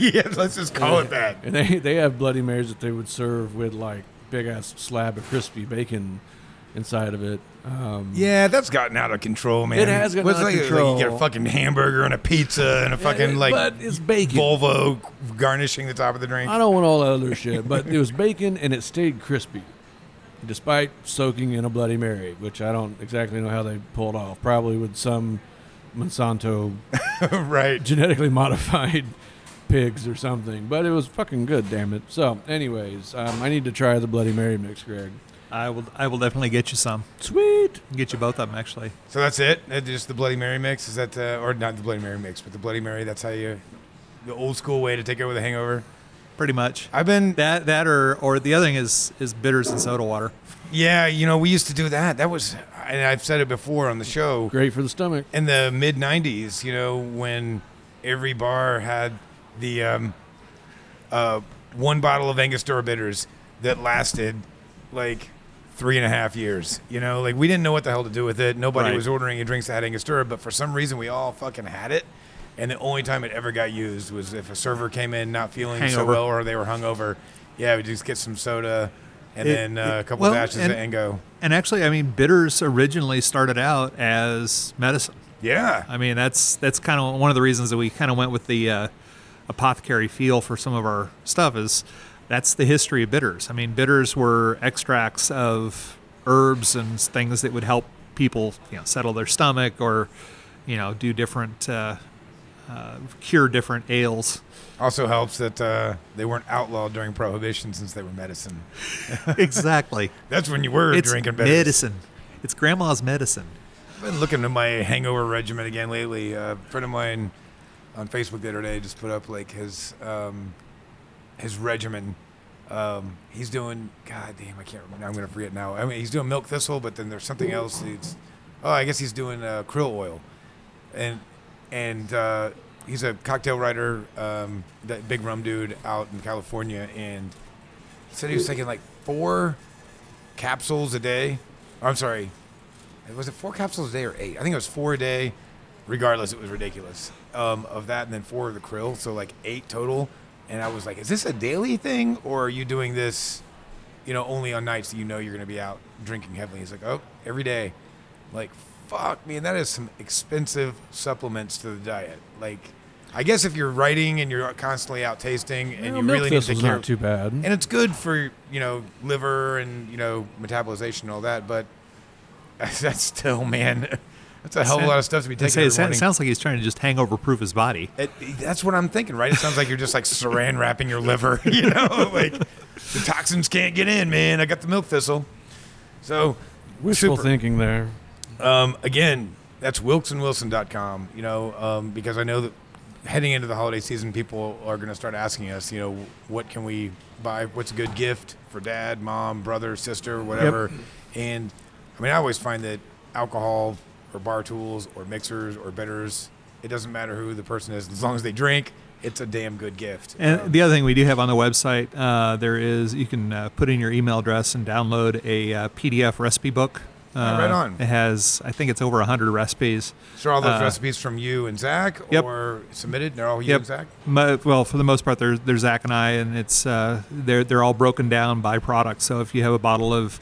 A: yeah, let's just call it that.
B: And they, they have Bloody Marys that they would serve with like big ass slab of crispy bacon inside of it. Um,
A: Yeah, that's gotten out of control, man.
B: It has gotten
A: What's
B: out of
A: like- like
B: control.
A: you get a fucking hamburger and a pizza and a fucking like
B: but it's bacon.
A: Volvo garnishing the top of the drink.
B: I don't want all that other shit, but it was bacon and it stayed crispy, despite soaking in a Bloody Mary, which I don't exactly know how they pulled off. Probably with some Monsanto
A: right.
B: genetically modified pigs or something, but it was fucking good, damn it. So, anyways, um, I need to try the Bloody Mary mix, Greg.
C: I will. I will definitely get you some.
B: Sweet.
C: Get you both of them actually.
A: So that's it. That's just the Bloody Mary mix. Is that uh, or not the Bloody Mary mix, but the Bloody Mary? That's how you, the old school way to take over the hangover.
C: Pretty much.
A: I've been
C: That that or or the other thing is is bitters and soda water.
A: yeah. You know, we used to do that. That was, and I've said it before on the show.
B: Great for the stomach.
A: in the mid 90s, you know, when every bar had the um, uh, one bottle of Angostura bitters that lasted like three and a half years. You know, like we didn't know what the hell to do with it. Nobody
C: Right.
A: was ordering drinks that had Angostura, but for some reason we all fucking had it. And the only time it ever got used was if a server came in not feeling so
C: Hangover.
A: well or they were hungover. Yeah, we just get some soda and
C: It-
A: then uh,
C: it-
A: a couple
C: well,
A: dashes
C: and-
A: of Ango.
C: And actually, I mean, bitters originally started out as medicine.
A: Yeah.
C: I mean, that's that's kind of one of the reasons that we kind of went with the uh, apothecary feel for some of our stuff is that's the history of bitters. I mean, bitters were extracts of herbs and things that would help people, you know, settle their stomach or, you know, do different uh, uh, cure different ails.
A: Also helps that uh, they weren't outlawed during Prohibition since they were medicine.
C: exactly,
A: That's when you were
C: it's
A: drinking better.
C: medicine. It's grandma's medicine.
A: I've been looking at my hangover regimen again lately. Uh, a friend of mine on Facebook the other day just put up like his um, his regimen. Um, he's doing God damn, I can't remember. I'm gonna forget now. I mean, he's doing milk thistle, but then there's something else. It's oh, I guess he's doing uh, krill oil, and and uh, he's a cocktail writer, um, that big rum dude out in California, and he said he was taking like four capsules a day. Or, I'm sorry, was it four capsules a day or eight? I think it was four a day. Regardless, it was ridiculous um, of that, and then four of the krill, so like eight total. And I was like, "Is this a daily thing, or are you doing this, you know, only on nights that you know you're going to be out drinking heavily?" He's like, "Oh, every day." I'm like, fuck, man, that is some expensive supplements to the diet. Like, I guess if you're writing and you're constantly out tasting, and
B: Well,
A: you
B: milk
A: really need to
B: thistle's
A: care,
B: not too bad.
A: and it's good for you know liver and you know metabolization and all that but that's still man that's a hell of a lot of stuff to be
C: They
A: taking
C: say
A: every
C: it sa- it
A: morning.
C: sounds like he's trying to just hangover proof his body.
A: It- that's what i'm thinking right it sounds like you're just like saran wrapping your liver you know like the toxins can't get in man i got the milk thistle so
B: Wishful
A: super.
B: thinking there.
A: Um, again, that's wilksonwilson.com, you know, um, because I know that heading into the holiday season, people are going to start asking us, you know, what can we buy? What's a good gift for dad, mom, brother, sister, whatever? And I mean, I always find that alcohol or bar tools or mixers or bitters, it doesn't matter who the person is, as long as they drink, it's a damn good gift. Um,
C: And the other thing we do have on the website, uh, there is you can uh, put in your email address and download a uh, PDF recipe book. Uh,
A: right on.
C: It has, I think it's over hundred recipes.
A: so, are all those
C: uh,
A: recipes from you and Zach
C: Yep.
A: or submitted? They're all you and Zach?
C: Mo- well, for the most part, they're, they're Zach and I, and it's uh, they're they're all broken down by product. So if you have a bottle of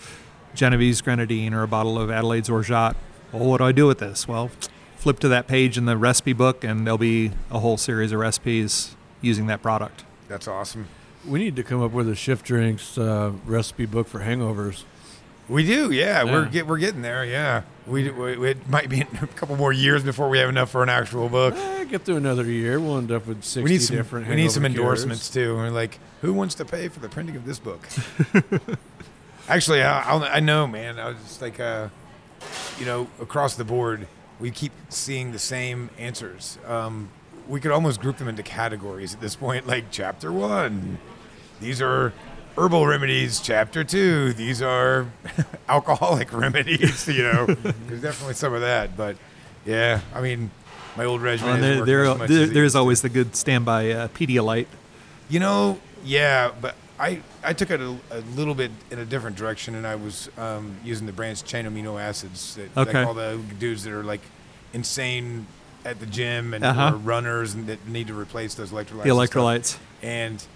C: Genovese grenadine or a bottle of Adelaide's Orgeat, well, what do I do with this? Well, flip to that page in the recipe book, and there'll be a whole series of recipes using that product.
A: That's awesome.
B: We need to come up with a shift drinks uh, recipe book for hangovers.
A: We do, yeah. We're
B: Yeah.
A: get, we're getting there, yeah. We, we we- it might be a couple more years before we have enough for an actual book.
B: Eh, get through another year, we'll end up with sixty
A: We need some
B: different.
A: we need some
B: hangover cures.
A: endorsements too. We're like, who wants to pay for the printing of this book? Actually, I, I'll, I know, man. I was just like, uh, you know, across the board, we keep seeing the same answers. Um, we could almost group them into categories at this point. Like chapter one, these are herbal remedies. Chapter two, these are alcoholic remedies. You know, there's definitely some of that. But yeah, I mean, my old regimen.
C: And
A: isn't
C: there,
A: working
C: there,
A: as much
C: there-
A: as it
C: there's
A: used to.
C: always the good standby uh, Pedialyte.
A: You know, yeah, but I, I took it a, a little bit in a different direction, and I was um, using the branch chain amino acids that
C: Okay.
A: like all the dudes that are like insane at the gym and
C: Uh-huh.
A: are runners and that need to replace those electrolytes.
C: The
A: and stuff.
C: electrolytes.
A: and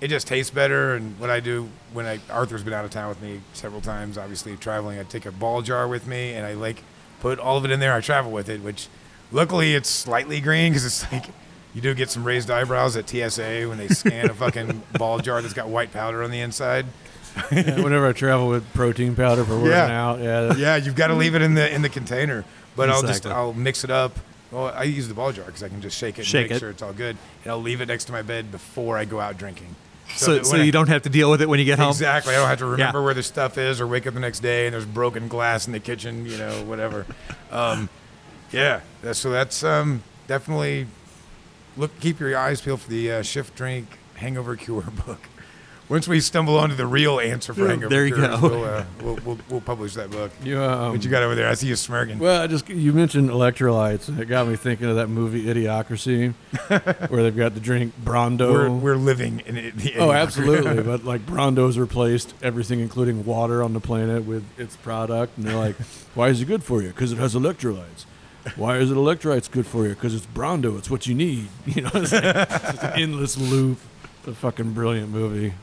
A: it just tastes better. And what I do when I Arthur's been out of town with me several times, obviously traveling, I take a ball jar with me and I like put all of it in there. I travel with it, which luckily it's slightly green because it's like you do get some raised eyebrows at TSA when they scan a fucking ball jar that's got white powder on the inside.
B: Yeah, whenever I travel with protein powder for working
A: Yeah.
B: out, yeah, that-
A: Yeah, you've got to leave it in the in the container. But I'll just
C: Exactly.
A: I'll mix it up. Well, I use the ball jar because I can just shake it
C: Shake
A: and make
C: it.
A: sure it's all good, and I'll leave it next to my bed before I go out drinking.
C: So,
A: that
C: so
A: when I-
C: you don't have to deal with it when you get home.
A: Exactly. I don't have to remember where the stuff is or wake up the next day and there's broken glass in the kitchen, you know, whatever. Um, yeah. that- So that's um, definitely look. Keep your eyes peeled for the uh, shift drink hangover cure book. Once we stumble onto the real answer for
C: Yeah,
A: hangover
C: there you
A: cures,
C: go.
A: We'll, uh, we'll, we'll, we'll publish that book.
B: you, um,
A: What you got over there? I see you smirking.
B: Well, I just you mentioned electrolytes, and it got me thinking of that movie Idiocracy, where they've got the drink Brando.
A: we're, we're living in it. the-
B: oh, absolutely! but like Brando's replaced everything, including water on the planet, with its product, and they're like, "Why is it good for you? Because it has electrolytes." Why is it electrolytes good for you? Because it's Brando. It's what you need. You know, it's, like, it's just an endless loop. It's a fucking brilliant movie.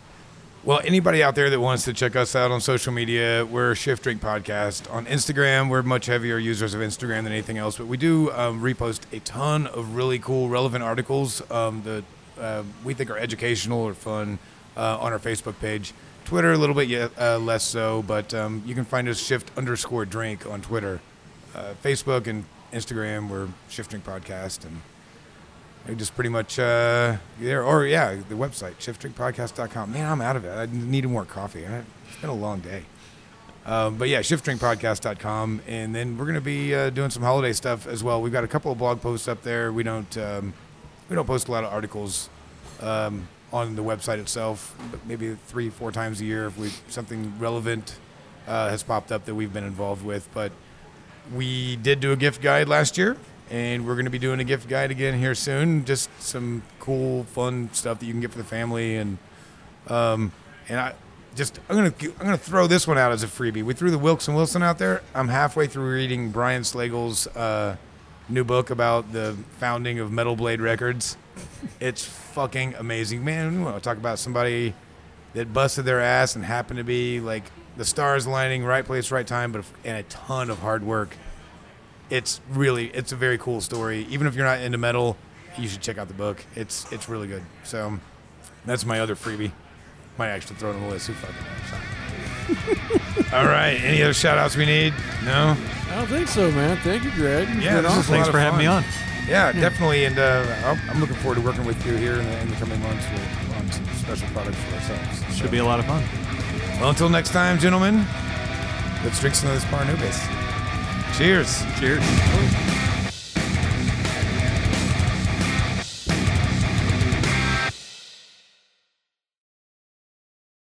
A: Well, anybody out there that wants to check us out on social media, we're Shift Drink Podcast. On Instagram, we're much heavier users of Instagram than anything else, but we do um, repost a ton of really cool, relevant articles um, that uh, we think are educational or fun uh, on our Facebook page. Twitter, a little bit yeah, uh, less so, but um, you can find us Shift underscore Drink on Twitter. Uh, Facebook and Instagram, we're Shift Drink Podcast. And I just pretty much uh, there, or yeah, the website shiftdrinkpodcast.com. Man, I'm out of it. I needed more coffee. I, it's been a long day. Um, but yeah, shiftdrinkpodcast.com, and then we're gonna be uh, doing some holiday stuff as well. We've got a couple of blog posts up there. We don't um, we don't post a lot of articles um, on the website itself, but maybe three four times a year if we something relevant uh, has popped up that we've been involved with. But we did do a gift guide last year, and we're going to be doing a gift guide again here soon. Just some cool, fun stuff that you can get for the family, and um, and I just I'm gonna I'm gonna throw this one out as a freebie. We threw the Wilkes and Wilson out there. I'm halfway through reading Brian Slagle's uh, new book about the founding of Metal Blade Records. It's fucking amazing, man. We want to talk about somebody that busted their ass and happened to be like the stars lining, right place, right time, but and a ton of hard work. It's really it's a very cool story. Even if you're not into metal, you should check out the book. It's it's really good. So um, that's my other freebie. Might actually throw it on the list. Who fucking knows? All right. Any other shout outs we need? No?
B: I don't think so, man. Thank you, Greg.
A: Yeah, this is a
C: Thanks
A: lot
C: for
A: of
C: having me
A: fun.
C: on.
A: Yeah, definitely. And uh, I'm- I'm looking forward to working with you here in the, in the coming months. We'll on some special products for ourselves.
C: Should be a lot of fun.
A: Well, until next time, gentlemen, let's drink some of this Barnubas. Cheers.
C: Cheers.